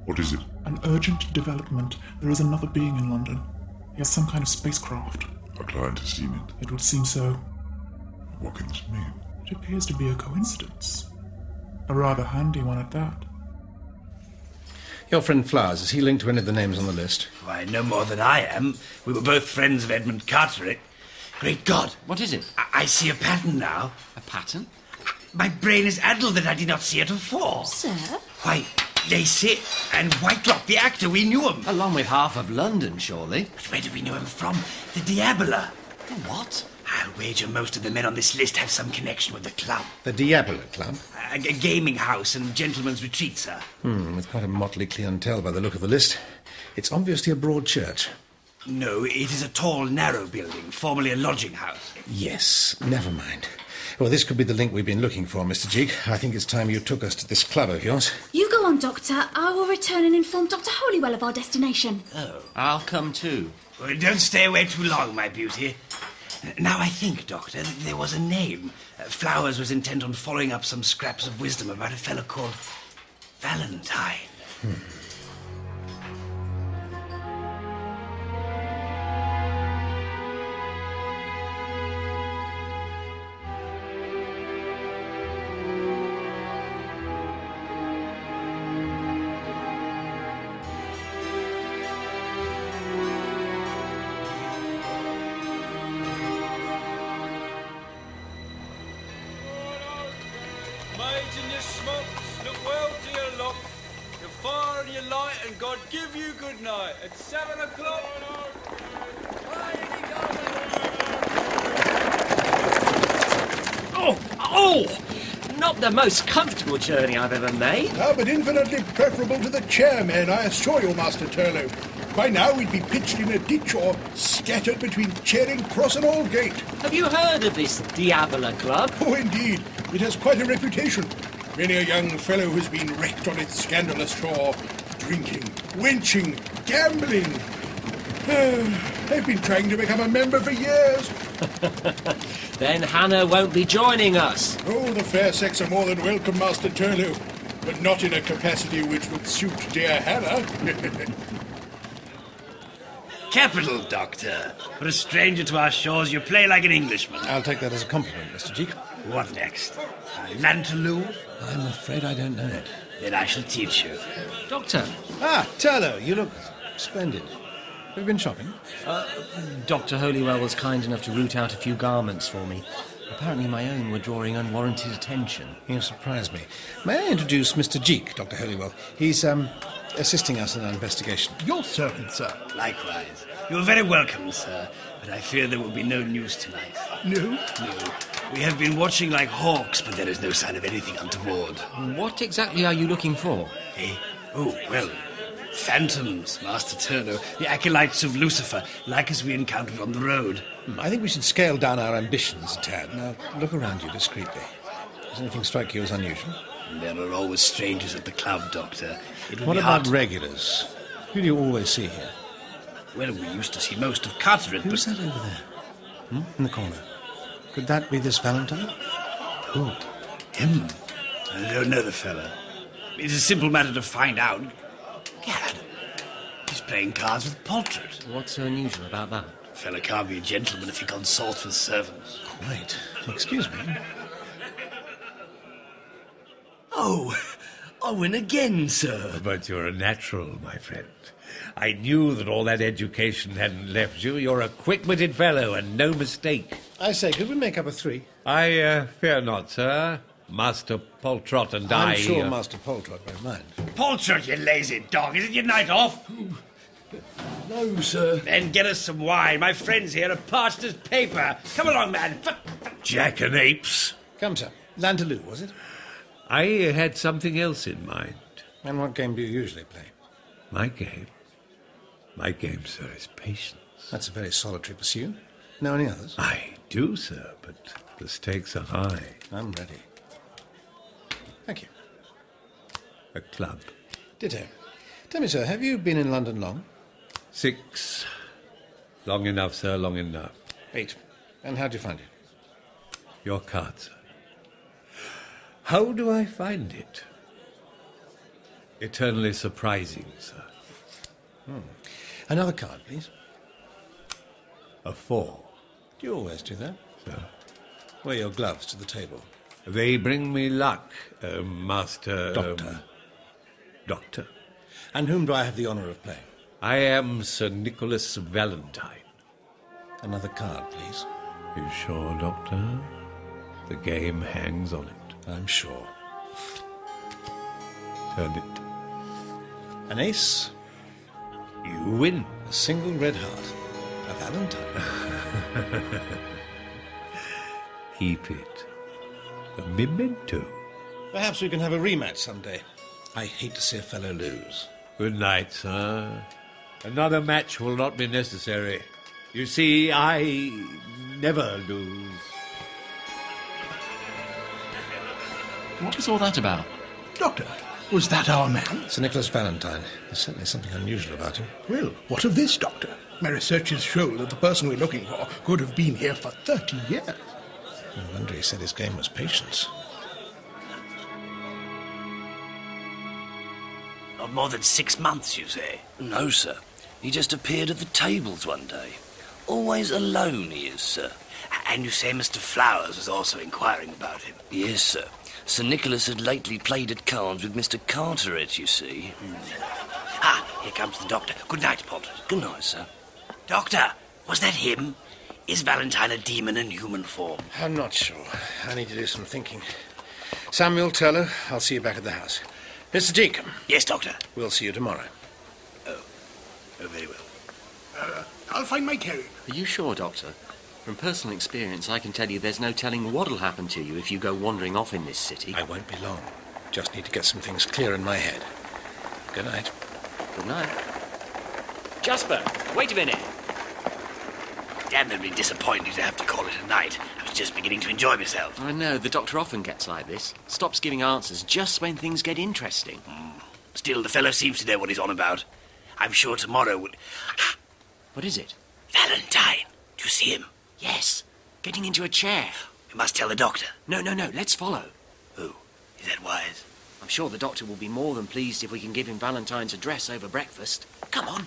What is it? An urgent development. There is another being in London. He has some kind of spacecraft. Our client has seen it. It would seem so. What can this mean? It appears to be a coincidence. A rather handy one at that. Your friend Flowers, is he linked to any of the names on the list? Why, no more than I am. We were both friends of Edmund Carteret. Great God! What is it? I, I see a pattern now. A pattern? My brain is addled that I did not see it before. Sir? Why, Lacey and Whitelock, the actor, we knew him. Along with half of London, surely. But where do we know him from? The Diabola. What? I'll wager most of the men on this list have some connection with the club. The Diabolo Club. A, a gaming house and gentlemen's retreat, sir. Hmm, with quite a motley clientele by the look of the list. It's obviously a broad church. No, it is a tall, narrow building, formerly a lodging house. Yes, never mind. Well, this could be the link we've been looking for, Mr. Jig. I think it's time you took us to this club of yours. You go on, Doctor. I will return and inform Dr. Holywell of our destination. Oh. I'll come too. Well, don't stay away too long, my beauty. Now I think, Doctor, that there was a name. Uh, Flowers was intent on following up some scraps of wisdom about a fellow called Valentine. Made in your smokes, look well to your lock. Your fire and your light, and God give you good night. At seven o'clock. Oh, oh! Not the most comfortable journey I've ever made. Ah, but infinitely preferable to the chairman, I assure you, Master Turlough. By now we'd be pitched in a ditch or scattered between Charing Cross and Aldgate. Have you heard of this Diabola Club? Oh, indeed. It has quite a reputation. Many a young fellow has been wrecked on its scandalous shore, drinking, wenching, gambling. *sighs* Oh, I've been trying to become a member for years. Then Hannah won't be joining us. Oh, the fair sex are more than welcome, Master Turlough, but not in a capacity which would suit dear Hannah. *laughs* Capital, Doctor. For a stranger to our shores, you play like an Englishman. I'll take that as a compliment, Mr. Jig. What next? A Lantaloo? I'm afraid I don't know it. Then I shall teach you. Doctor. Ah, Turlough, you look splendid. Have you been shopping? Dr. Uh, Holywell was kind enough to root out a few garments for me. Apparently, my own were drawing unwarranted attention. You surprise me. May I introduce Mr. Jeek, Dr. Holywell? He's, um, assisting us in our investigation. Your servant, sir. Likewise. You're very welcome, sir. But I fear there will be no news tonight. No? No. We have been watching like hawks, but there is no sign of anything untoward. What exactly are you looking for? Eh? Oh, well. Phantoms, Master Turner, the acolytes of Lucifer, like as we encountered on the road. Hmm, I think we should scale down our ambitions a tad. Now, look around you discreetly. Does anything strike you as unusual? There are always strangers at the club, Doctor. It would what be about hard. regulars? Who do you always see here? Well, we used to see most of Carteret, Who's but that over there? Hmm, In the corner. Could that be this Valentine? Who? Him? I don't know the fella. It's a simple matter to find out. Garrett. He's playing cards with Portrait. What's so unusual about that? Fella can't be a gentleman if he consorts with servants. Right. Excuse me. Oh, Owen again, sir. But you're a natural, my friend. I knew that all that education hadn't left you. You're a quick-witted fellow, and no mistake. I say, could we make up a three? I uh, fear not, sir. Master Poltrot and I. I'm sure uh, Master Poltrot won't mind. Portrait, you lazy dog. Is it your night off? No, sir. Then get us some wine. My friends here are parched as paper. Come along, man. F- f- Jackanapes. Come, sir. Lantaloo, was it? I had something else in mind. And what game do you usually play? My game. My game, sir, is patience. That's a very solitary pursuit. Know any others? I do, sir, but the stakes are high. I'm ready. Thank you. A club. Ditto. Tell me, sir, have you been in London long? Six. Long enough, sir, long enough. Eight. And how do you find it? Your card, sir. How do I find it? Eternally surprising, sir. Hmm. Another card, please. A four. Do you always do that? Sir. Wear your gloves to the table. They bring me luck, uh, Master. um, Doctor. doctor. And whom do I have the honour *laughs* of playing? I am Sir Nicholas Valentine. Another card, please. You sure, Doctor? The game hangs on it. I'm sure. Turn it. An ace, You win. a single red heart, a valentine. *laughs* Keep it. A memento. Perhaps we can have a rematch someday. I hate to see a fellow lose. Good night, sir. Another match will not be necessary. You see, I never lose. What was all that about? Doctor, was that our man? Sir Nicholas Valentine. There's certainly something unusual about him. Well, what of this, Doctor? My researches show that the person we're looking for could have been here for 30 years. No wonder he said his game was patience. Not more than six months, you say? No, sir. He just appeared at the tables one day. Always alone, he is, sir. And you say Mr. Flowers was also inquiring about him? Yes, sir. Sir Nicholas had lately played at cards with Mr. Carteret, you see. Hmm. Ah, here comes the doctor. Good night, Potter. Good night, sir. Doctor, was that him? Is Valentine a demon in human form? I'm not sure. I need to do some thinking. Samuel Turlow, I'll see you back at the house. Mr. Deacon. Yes, Doctor. We'll see you tomorrow. Oh, oh very well. Uh, I'll find my carriage. Are you sure, Doctor? From personal experience, I can tell you there's no telling what'll happen to you if you go wandering off in this city. I won't be long. Just need to get some things clear in my head. Good night. Good night. Jasper, wait a minute. Damnably disappointed to have to call it a night. I was just beginning to enjoy myself. I know, the doctor often gets like this. Stops giving answers just when things get interesting. Mm. Still, the fellow seems to know what he's on about. I'm sure tomorrow would. what is it? Valentine! Do you see him? Yes, getting into a chair. We must tell the doctor. No, no, no, let's follow. Who? Is that wise? I'm sure the doctor will be more than pleased if we can give him Valentine's address over breakfast. Come on.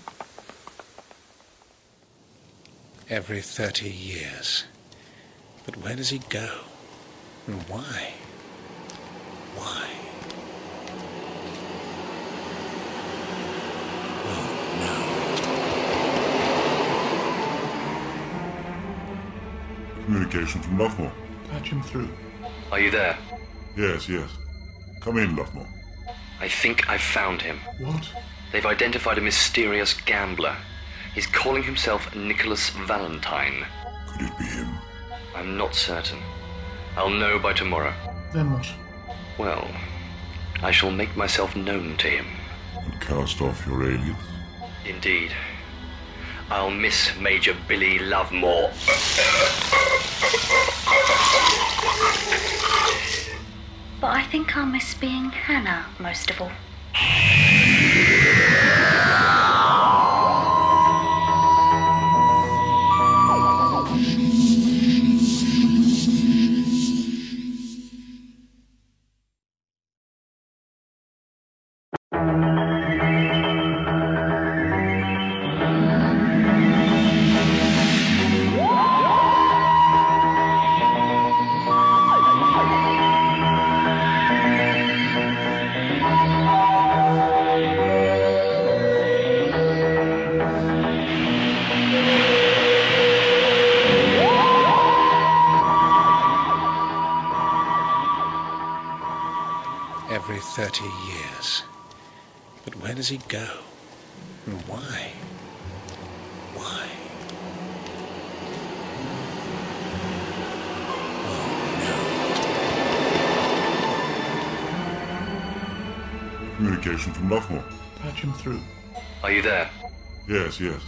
Every 30 years. But where does he go? And why? Why? Communication from Lovemore. Patch him through. Are you there? Yes, yes. Come in, Lovemore. I think I've found him. What? They've identified a mysterious gambler. He's calling himself Nicholas Valentine. Could it be him? I'm not certain. I'll know by tomorrow. Then what? Well, I shall make myself known to him. And cast off your aliens? Indeed. I'll miss Major Billy Lovemore. But I think I'll miss being Hannah most of all. Every 30 years. But where does he go? And why? Why? Communication from Lovemore. Patch him through. Are you there? Yes, yes.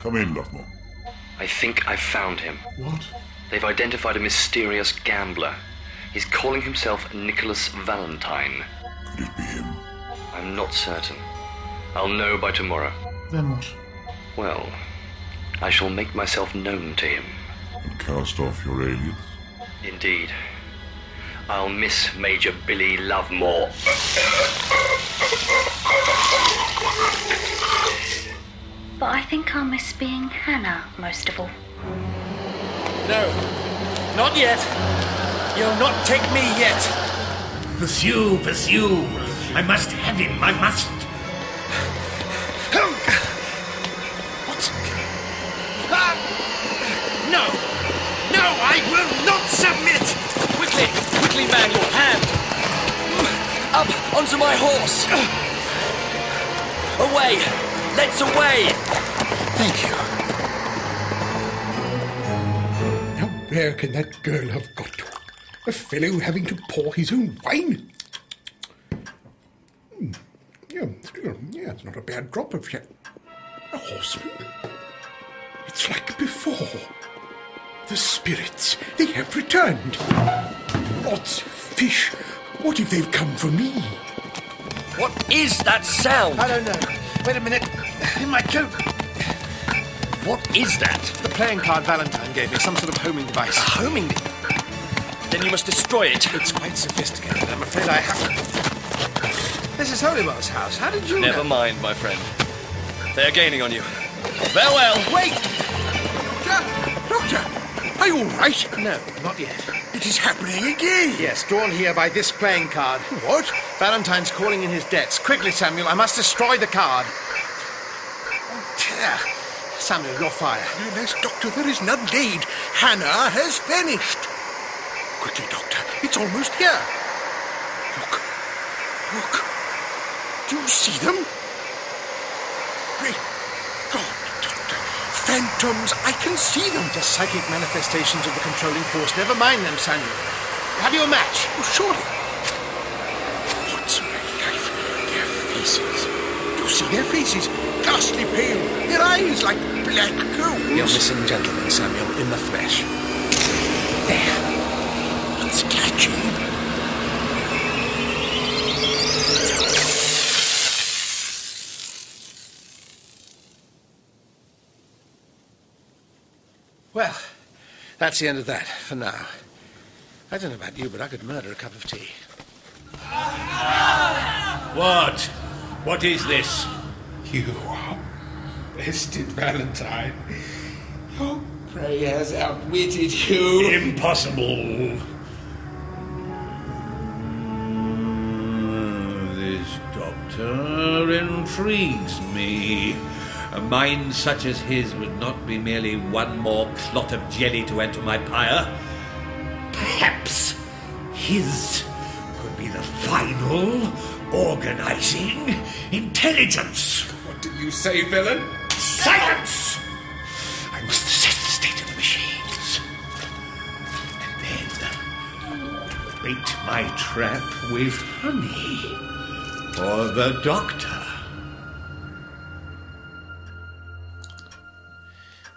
Come in, Lovemore. I think I've found him. What? They've identified a mysterious gambler. He's calling himself Nicholas Valentine. Could it be him? I'm not certain. I'll know by tomorrow. Then what? Well, I shall make myself known to him. And cast off your aliens? Indeed. I'll miss Major Billy Lovemore. But I think I'll miss being Hannah most of all. No, not yet. You'll not take me yet. Pursue, pursue. I must have him, I must. What? Ah! No! No, I will not submit! Quickly, quickly, man, your hand! Up onto my horse! Away! Let's away! Thank you. Now, where can that girl have got to? A fellow having to pour his own wine? Hmm. Yeah, still, yeah, it's not a bad drop of shit. A horseman? It's like before. The spirits, they have returned. Odds fish, what if they've come for me? What is that sound? I don't know. Wait a minute. *laughs* In my coat. What is that? The playing card Valentine gave me, some sort of homing device. A homing? Then you must destroy it. It's quite sophisticated. I'm afraid I have. This is Holywell's house. How did you? Never know? mind, my friend. They are gaining on you. Farewell. Wait, doctor, doctor, are you all right? No, not yet. It is happening again. Yes, drawn here by this playing card. What? Valentine's calling in his debts. Quickly, Samuel, I must destroy the card. Oh, dear. Samuel, your fire. Yes, Doctor, there is none laid. Hannah has vanished. Quickly, Doctor, it's almost here. Look, look. Do you see them? Great God, Doctor. Phantoms, I can see them. The psychic manifestations of the controlling force. Never mind them, Samuel. Have you a match? Oh, surely. What's my life? Their faces. Do you see their faces? Ghastly pale. Their eyes like black coals. You're missing gentlemen, Samuel, in the flesh. There. It's catching. Well, that's the end of that for now. I don't know about you, but I could murder a cup of tea. What? What is this? You are bested, Valentine. Your prey has outwitted you. Impossible. This doctor intrigues me. A mind such as his would not be merely one more clot of jelly to add to my pyre. Perhaps his could be the final organizing intelligence. What do you say, villain? Silence! I must assess the state of the machines. And then bait my trap with honey. For the doctor.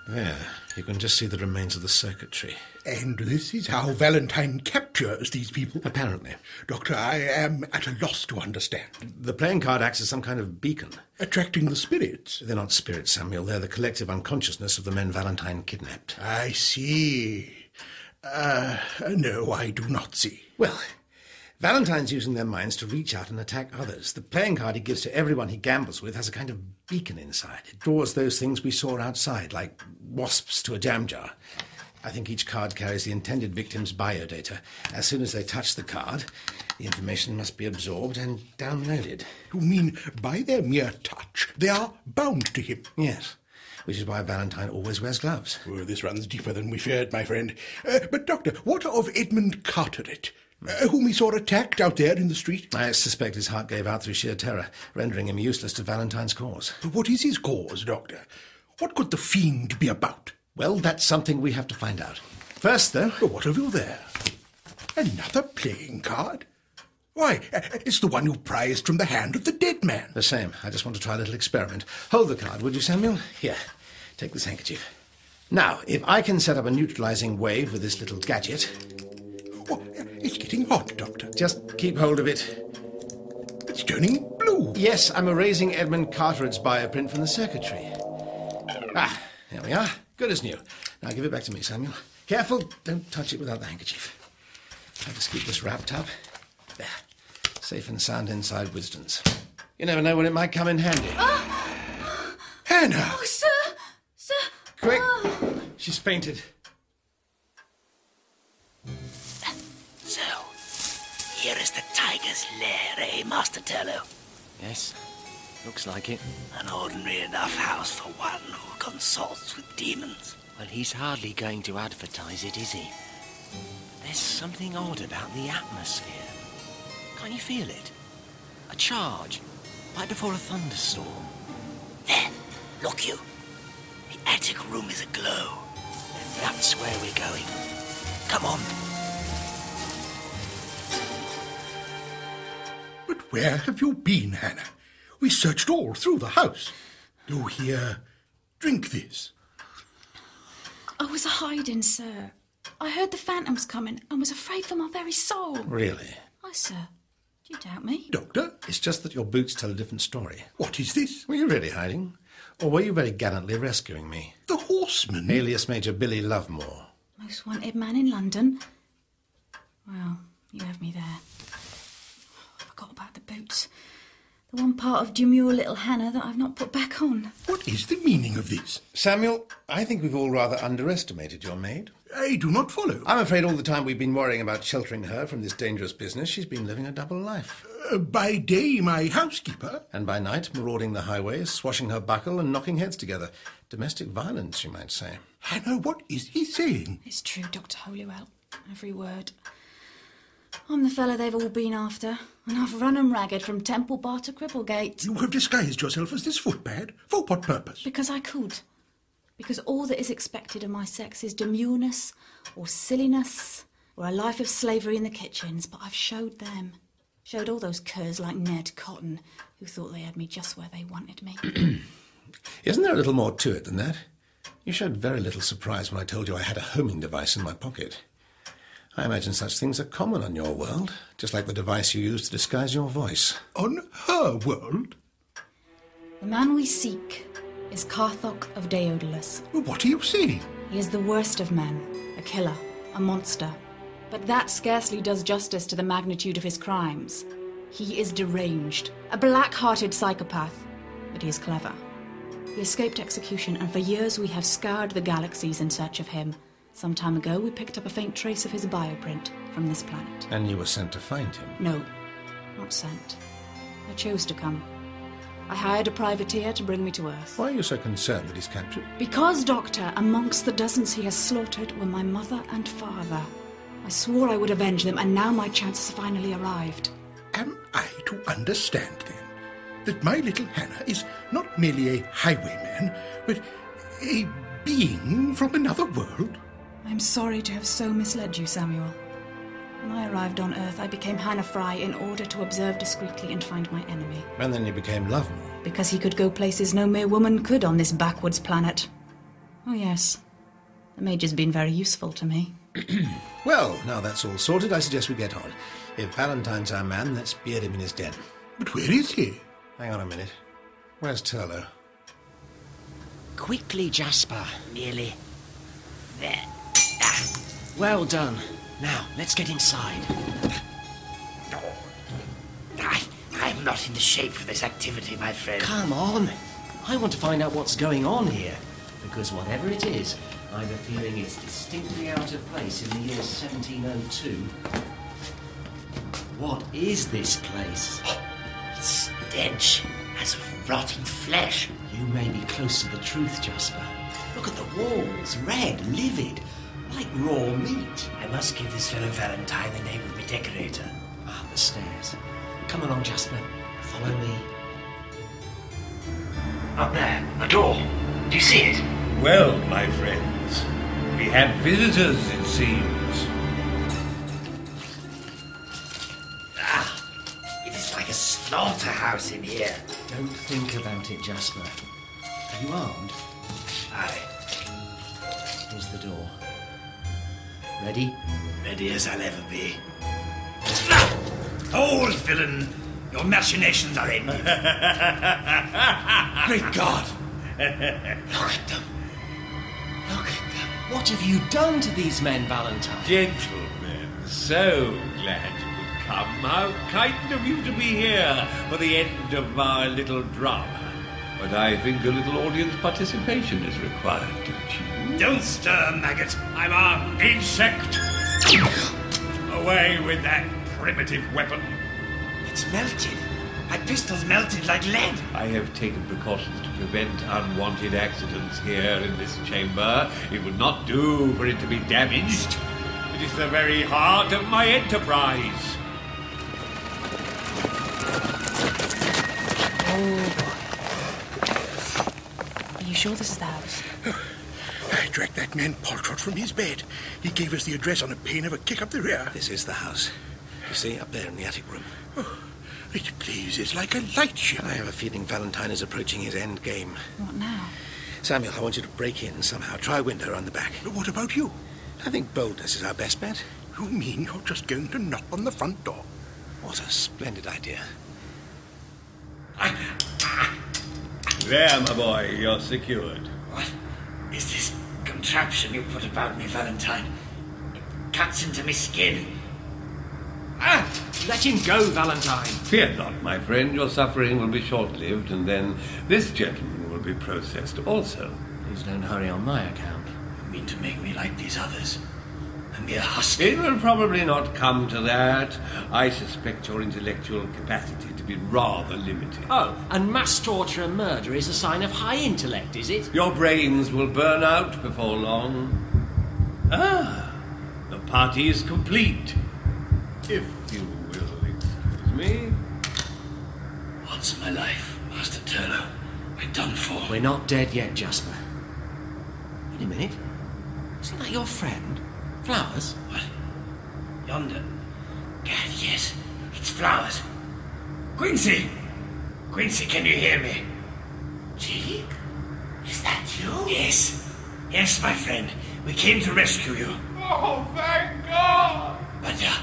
There. You can just see the remains of the circuitry. And this is how Valentine captures these people? Apparently. Doctor, I am at a loss to understand. The playing card acts as some kind of beacon. Attracting the spirits? They're not spirits, Samuel. They're the collective unconsciousness of the men Valentine kidnapped. I see. Uh, no, I do not see. Well, Valentine's using their minds to reach out and attack others. The playing card he gives to everyone he gambles with has a kind of beacon inside. It draws those things we saw outside, like wasps to a jam jar. I think each card carries the intended victim's biodata. As soon as they touch the card, the information must be absorbed and downloaded. You mean by their mere touch, they are bound to him? Yes. Which is why Valentine always wears gloves. Well, Oh, this runs deeper than we feared, my friend. Uh, but, Doctor, what of Edmund Carteret? Uh, whom we saw attacked out there in the street? I suspect his heart gave out through sheer terror, rendering him useless to Valentine's cause. But what is his cause, Doctor? What could the fiend be about? Well, that's something we have to find out. First, though. But what have you there? Another playing card? Why, uh, it's the one you prized from the hand of the dead man. The same. I just want to try a little experiment. Hold the card, would you, Samuel? Here, take this handkerchief. Now, if I can set up a neutralizing wave with this little gadget, it's getting hot, Doctor. Just keep hold of it. It's turning blue. Yes, I'm erasing Edmund Carteret's bioprint from the circuitry. Ah, there we are. Good as new. Now give it back to me, Samuel. Careful, don't touch it without the handkerchief. I'll just keep this wrapped up. There. Safe and sound inside Wisden's. You never know when it might come in handy. Oh. Hannah! Oh, sir! Sir! Quick! Oh. She's fainted. So, here is the tiger's lair, eh, Master Tello? Yes, looks like it. An ordinary enough house for one who consorts with demons. Well, he's hardly going to advertise it, is he? But there's something odd about the atmosphere. Can't you feel it? A charge, right before a thunderstorm. There, look you. The attic room is aglow. That's where we're going. Come on. But where have you been, Hannah? We searched all through the house. You here, drink this. I was hiding, sir. I heard the phantoms coming and was afraid for my very soul. Really? Aye, sir. Do you doubt me? Doctor? It's just that your boots tell a different story. What is this? Were you really hiding? Or were you very gallantly rescuing me? The horseman? Alias Major Billy Lovemore. Most wanted man in London. Well, you have me there. Oh, I forgot about the boots. The one part of demure little Hannah that I've not put back on. What is the meaning of this? Samuel, I think we've all rather underestimated your maid. I do not follow. I'm afraid all the time we've been worrying about sheltering her from this dangerous business, she's been living a double life. Uh, by day, my housekeeper. And by night, marauding the highways, swashing her buckle and knocking heads together. Domestic violence, you might say. Hannah, what is he saying? It's true, Dr. Holywell. Every word. I'm the fellow they've all been after, and I've run 'em ragged from Temple Bar to Cripplegate. *laughs* You have disguised yourself as this footpad? For what purpose? Because I could. Because all that is expected of my sex is demureness, or silliness, or a life of slavery in the kitchens, but I've showed them. Showed all those curs like Ned Cotton, who thought they had me just where they wanted me. *clears throat* Isn't there a little more to it than that? You showed very little surprise when I told you I had a homing device in my pocket. I imagine such things are common on your world, just like the device you use to disguise your voice. On her world? The man we seek is Carthoc of Deodalus. Well, what do you see? He is the worst of men, a killer, a monster. But that scarcely does justice to the magnitude of his crimes. He is deranged, a black hearted psychopath, but he is clever. He escaped execution, and for years we have scoured the galaxies in search of him. Some time ago, we picked up a faint trace of his bioprint from this planet. And you were sent to find him? No, not sent. I chose to come. I hired a privateer to bring me to Earth. Why are you so concerned that he's captured? Because, Doctor, amongst the dozens he has slaughtered were my mother and father. I swore I would avenge them, and now my chance has finally arrived. Am I to understand, then, that my little Hannah is not merely a highwayman, but a being from another world? I'm sorry to have so misled you, Samuel. When I arrived on Earth, I became Hannah Fry in order to observe discreetly and find my enemy. And then you became Lovemore. Because he could go places no mere woman could on this backwoods planet. Oh, yes. The Major's been very useful to me. well, now that's all sorted, I suggest we get on. If Valentine's our man, let's beard him in his den. But where is he? Hang on a minute. Where's Turlo? Quickly, Jasper. Nearly. There. Well done. Now, let's get inside. I, I'm not in the shape for this activity, my friend. Come on. I want to find out what's going on here. Because whatever it is, I've a feeling it's distinctly out of place in the year 1702. What is this place? *gasps* It's stench, as of rotting flesh. You may be close to the truth, Jasper. Look at the walls, red, livid like raw meat. I must give this fellow Valentine the name of my decorator. Ah, the stairs. Come along, Jasper. Follow me. Up there, a door. Do you see it? Well, my friends, we have visitors, it seems. Ah, it is like a slaughterhouse in here. Don't think about it, Jasper. Are you armed? Aye. Here's the door. Ready? Ready as I'll ever be. Ah! Hold, villain! Your machinations are *laughs* ended. Great God! Look at them! Look at them! What have you done to these men, Valentine? Gentlemen, so glad you could come. How kind of you to be here for the end of our little drama. But I think a little audience participation is required, don't you? Don't stir, maggot. I'm armed. Insect! Away with that primitive weapon. It's melted. My pistol's melted like lead. I have taken precautions to prevent unwanted accidents here in this chamber. It would not do for it to be damaged. It is the very heart of my enterprise. Oh, you sure this is the *sighs* house? Oh, I dragged that man Poltrot from his bed. He gave us the address on the pain of a kick up the rear. This is the house. You see, up there in the attic room. Oh, It blazes like a light ship. I have a feeling Valentine is approaching his end game. What now? Samuel, I want you to break in somehow. Try a window on the back. But what about you? I think boldness is our best bet. You mean you're just going to knock on the front door? What a splendid idea. Ah, There, my boy, you're secured. What is this contraption you put about me, Valentine? It cuts into my skin. Ah! Let him go, Valentine. Fear not, my friend. Your suffering will be short lived, and then this gentleman will be processed also. Please don't hurry on my account. You mean to make me like these others? A mere husk? It will probably not come to that. I suspect your intellectual capacity to be rather limited. Oh, and mass torture and murder is a sign of high intellect, is it? Your brains will burn out before long. Ah, the party is complete. If you will excuse me. Once in my life, Master Turner, I'm done for. We're not dead yet, Jasper. Wait a minute. Isn't that your friend? Flowers? What? Yonder. Gad, yes. It's Flowers. Quincy! Quincy, can you hear me? Jake? Is that you? Yes. Yes, my friend. We came to rescue you. Oh, thank God! But, uh,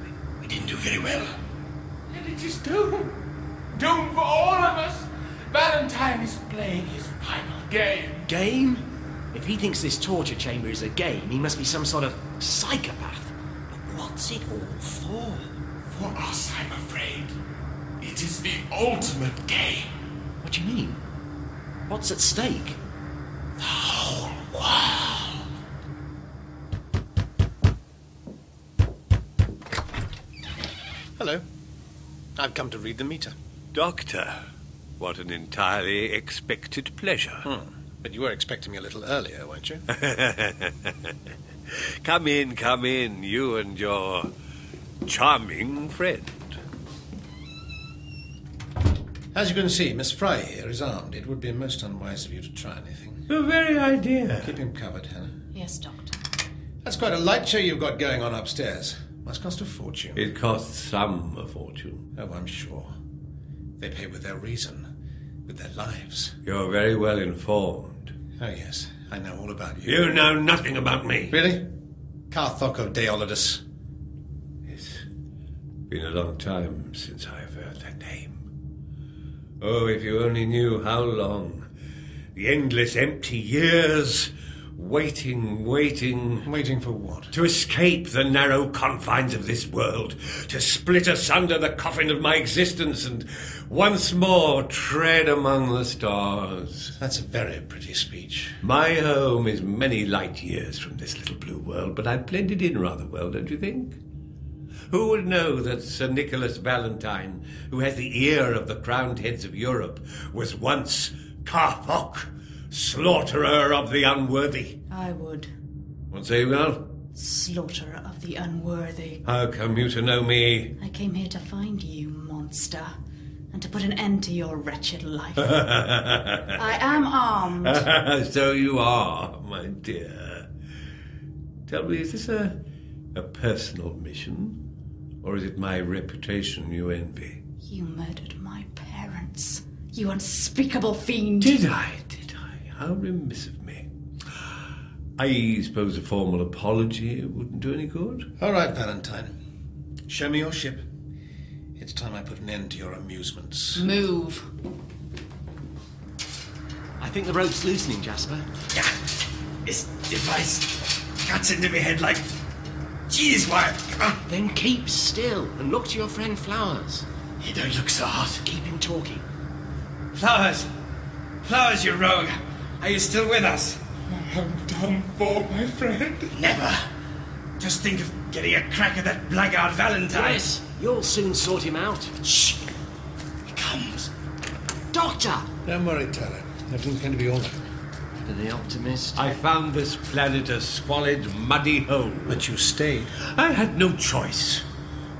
we, we didn't do very well. And it is doom. Doom for all of us. Valentine is playing his final game. Game? If he thinks this torture chamber is a game, he must be some sort of psychopath. But what's it all for? For us, I'm afraid. It is the ultimate game. What do you mean? What's at stake? The Oh, whole world. Hello. I've come to read the meter. Doctor, what an entirely expected pleasure. Hmm. But you were expecting me a little earlier, weren't you? *laughs* *laughs* come in, come in, you and your charming friend. As you can see, Miss Fry here is armed. It would be most unwise of you to try anything. The very idea. Keep him covered, Hannah. Yes, Doctor. That's quite a light show you've got going on upstairs. Must cost a fortune. It costs some a fortune. Oh, I'm sure. They pay with their reason with their lives. You're very well informed. Oh, yes. I know all about you. You know nothing about me. Really? Carthoco Deolodus. It's been a long time since I've heard that name. Oh, if you only knew how long. The endless empty years. Waiting, waiting. Waiting for what? To escape the narrow confines of this world, to split asunder the coffin of my existence and once more tread among the stars. That's a very pretty speech. My home is many light years from this little blue world, but I blended in rather well, don't you think? Who would know that Sir Nicholas Valentine, who has the ear of the crowned heads of Europe, was once Carthok? slaughterer of the unworthy. I would. What's he well? Slaughterer of the unworthy. How come you to know me? I came here to find you, monster, and to put an end to your wretched *laughs* life. I am armed. so you are, my dear. Tell me, is *laughs* this a, a personal mission? Or is it my reputation you envy? You murdered my parents. You unspeakable fiend. Did I? How remiss of me. I suppose a formal apology wouldn't do any good. All right, Valentine. Show me your ship. It's time I put an end to your amusements. Move. I think the rope's loosening, Jasper. Yeah. This device cuts into my head like. Jeez, why? Ah. Then keep still and look to your friend Flowers. He don't look so hot. Keep him talking. Flowers! Flowers, you rogue! Are you still with us? I'm done for, my friend. Never. Just think of getting a crack at that blackguard Valentine. Yes, you'll soon sort him out. Shh. He comes. Doctor! Don't worry, Tyler. Everything's going to be all right. For the optimist. I found this planet a squalid, muddy hole. But you stayed. I had no choice.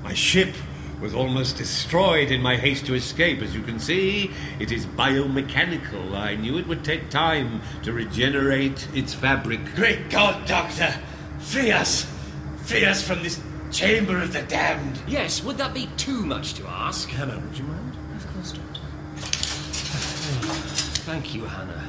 My ship was almost destroyed in my haste to escape. As you can see, it is biomechanical. I knew it would take time to regenerate its fabric. Great God, Doctor! Free us! Free us from this Chamber of the Damned. Yes, would that be too much to ask? Hannah, would you mind? Of course, Doctor. Thank you, Hannah.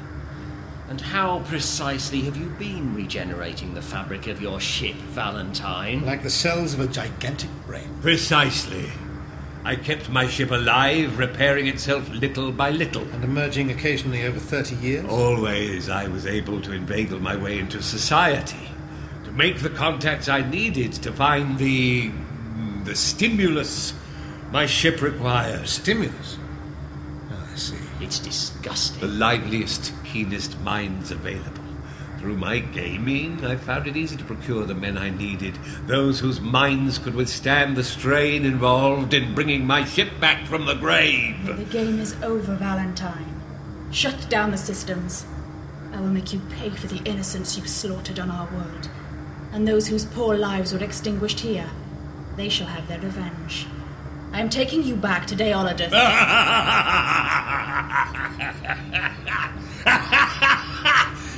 And how precisely have you been regenerating the fabric of your ship, Valentine? Like the cells of a gigantic brain. Precisely. I kept my ship alive, repairing itself little by little. And emerging occasionally over 30 years? Always I was able to inveigle my way into society, to make the contacts I needed, to find the. the stimulus my ship requires. Stimulus? Ah, I see. It's disgusting. The liveliest, keenest minds available. Through my gaming, I found it easy to procure the men I needed, those whose minds could withstand the strain involved in bringing my ship back from the grave. The game is over, Valentine. Shut down the systems. I will make you pay for the innocents you slaughtered on our world. And those whose poor lives were extinguished here, they shall have their revenge. I am taking you back today, *laughs* Olodith. *laughs*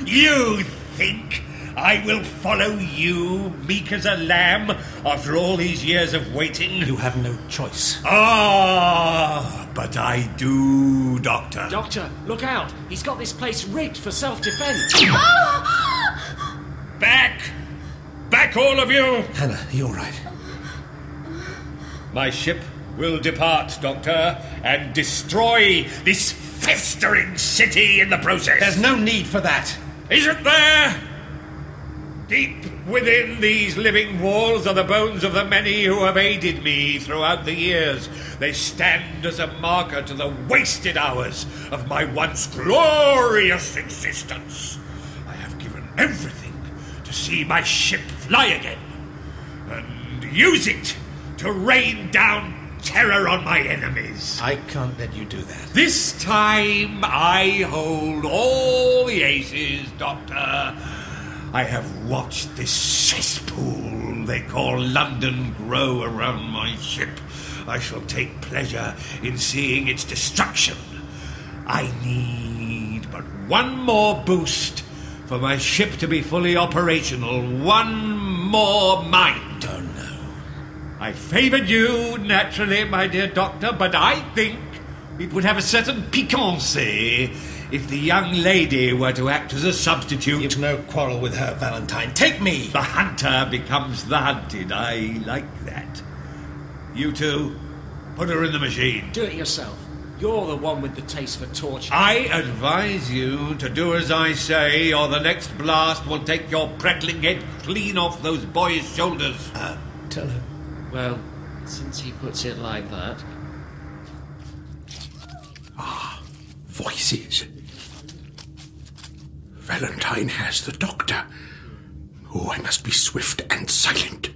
You think I will follow you, meek as a lamb, after all these years of waiting? You have no choice. Ah, but I do, Doctor. Doctor, look out! He's got this place rigged for self defense! *gasps* Back! Back, all of you! Hannah, are you all right? My ship will depart, Doctor, and destroy this festering city in the process. There's no need for that. Isn't there? Deep within these living walls are the bones of the many who have aided me throughout the years. They stand as a marker to the wasted hours of my once glorious existence. I have given everything to see my ship fly again and use it to rain down terror on my enemies. I can't let you do that. This time I hold all the aces, Doctor. I have watched this cesspool they call London grow around my ship. I shall take pleasure in seeing its destruction. I need but one more boost for my ship to be fully operational. One more mind. Oh no. I favoured you, naturally, my dear Doctor, but I think it would have a certain piquancy if the young lady were to act as a substitute. You've no quarrel with her, Valentine. Take me! The hunter becomes the hunted. I like that. You two, put her in the machine. Do it yourself. You're the one with the taste for torture. I advise you to do as I say, or the next blast will take your prattling head clean off those boys' shoulders. Uh, tell her. Well, since he puts it like *laughs* that. Ah, voices. Valentine has the doctor. Oh, I must be swift and silent.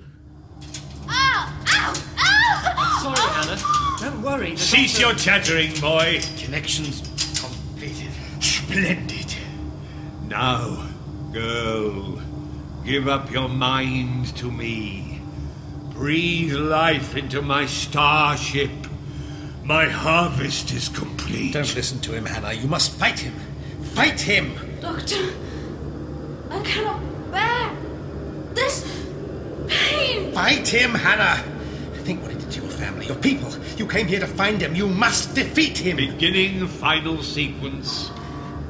Sorry, Hannah. Don't worry. the Cease doctor- your chattering, boy. Connections completed. Splendid. Now, girl, give up your mind to me. Breathe life into my starship. My harvest is complete. Don't listen to him, Hannah. You must fight him. Fight him! Doctor, I cannot bear this pain. Fight him, Hannah! Think what he did to your family, your people. You came here to find him. You must defeat him. Beginning final sequence.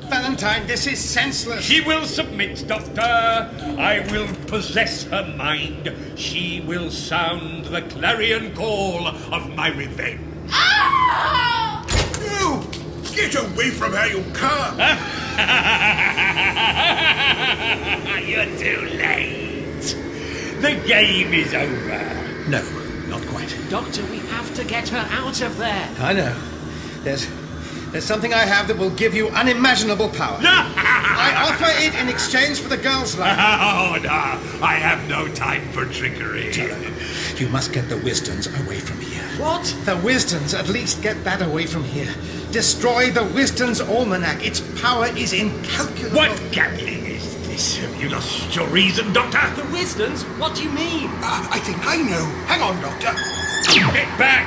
Valentine, this is senseless. She will submit, Doctor. I will possess her mind. She will sound the clarion call of my revenge. No! Get away from her, *laughs* you car! You're too late. The game is over. No, not quite. Doctor, we have to get her out of there! I know. There's there's something I have that will give you unimaginable power. I offer it in exchange for the girl's life. Oh, no. I have no time for trickery. You must get the Wisdons away from here. What? The Wisdons, at least get that away from here. Destroy the Wisdons Almanac. Its power is incalculable. What gambling is this? Have you lost your reason, Doctor? The Wisdoms? What do you mean? Uh, I think I know. Hang on, Doctor. Get back!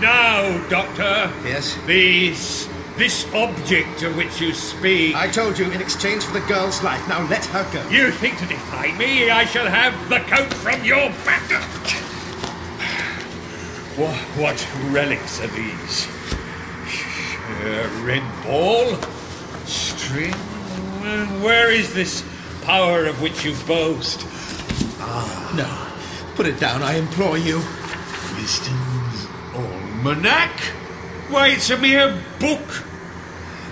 Now, Doctor. Yes? These This object of which you speak. I told you in exchange for the girl's life. Now let her go. You think to defy me? I shall have the coat from your back. What, what relics are these? Uh, red ball? String? Where- Where is this power of which you boast? Ah. No. Put it down, I implore you. Wisdom's almanac? Why, it's a mere book.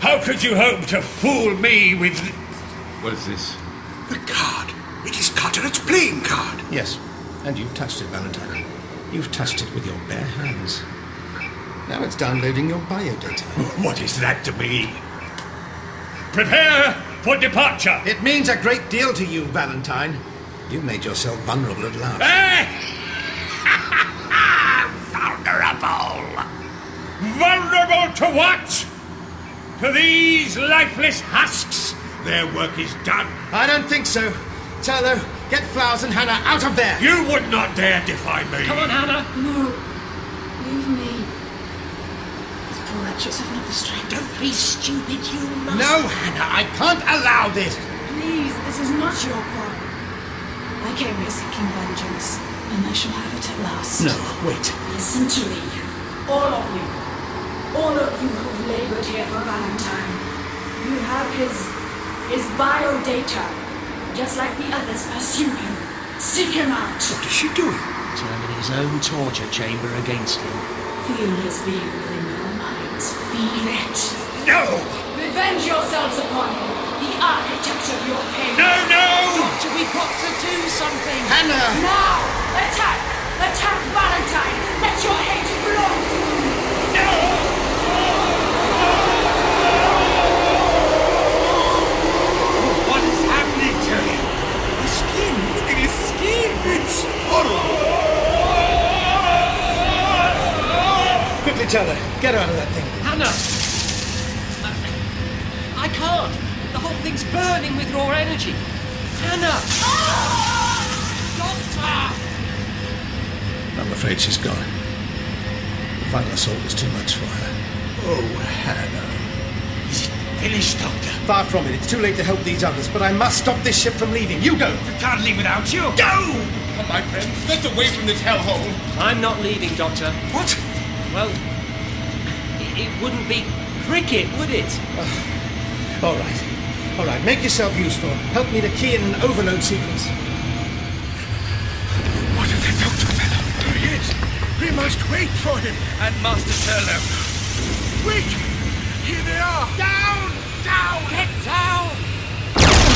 How could you hope to fool me with. What is this? The card. It is Carteret's playing card. Yes, and you've touched it, Valentine. You've touched it with your bare hands. Now it's downloading your bio data. *laughs* What is that to me? Prepare for departure. It means a great deal to you, Valentine. You made yourself vulnerable at last. Eh? *laughs* Vulnerable! Vulnerable to what? To these lifeless husks? Their work is done. I don't think so. Turlo, get Flowers and Hannah out of there. You would not dare defy me. Come on, Hannah. No. Leave me. These poor wretches have not the strength. Don't be stupid, you must. No, Hannah, I can't allow this. Please, this is not your quarrel. I came here seeking vengeance, and I shall have it at last. No, wait. Listen to me. All of you. All of you who've labored here for Valentine. You have his. his bio data. Just like the others pursue him. Seek him out. What is she doing? Turning his own torture chamber against him. Feel his being within your minds. Feel it. No! Revenge yourselves upon him. The architect of your pain. No, no! Doctor, we've got to do something. Hannah! Now! Attack! Attack Valentine! Let your hate blow through you! What is happening to him? His skin. Look at his skin. It's horrible. Quickly, Turlo, get out of that thing. Hannah! I can't! The whole thing's burning with raw energy. Hannah! Doctor! I'm afraid she's gone. The final assault was too much for her. Oh, Hannah. Is it finished, Doctor? Far from it. It's too late to help these others, but I must stop this ship from leaving. You go! I can't leave without you. Go! Come, my friends, let's away from this hellhole. I'm not leaving, Doctor. What? Well, it, it wouldn't be cricket, would it? All right. All right, make yourself useful. Help me to key in an overload sequence. What of the doctor fellow? There he is. Oh, We must wait for him. And Master Turlo. Wait! Here they are. Down! Down! Get down!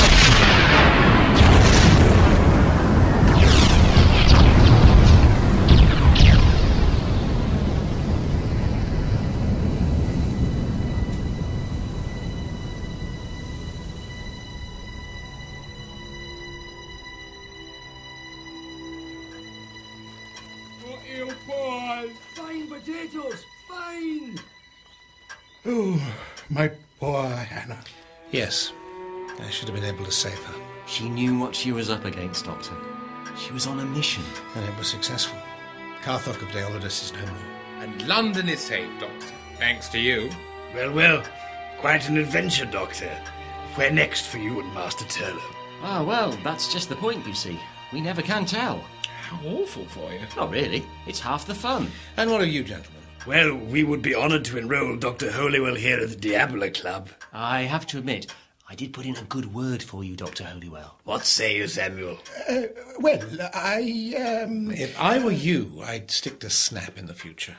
What ill boy? Fine potatoes, fine. Oh, my poor Hannah. Yes. I should have been able to save her. She knew what she was up against, Doctor. She was on a mission. And it was successful. Carthok of Deolodus is no more. And London is saved, Doctor. Thanks to you. Well, well, quite an adventure, Doctor. Where next for you and Master Turlo? Ah, well, that's just the point, you see. We never can tell. How awful for you. Not really. It's half the fun. And what are you, gentlemen? Well, we would be honoured to enrol Dr. Holywell here at the Diabola Club. I have to admit, I did put in a good word for you, Dr. Holywell. What say you, Samuel? Uh, well, I, um. If I were you, I'd stick to Snap in the future.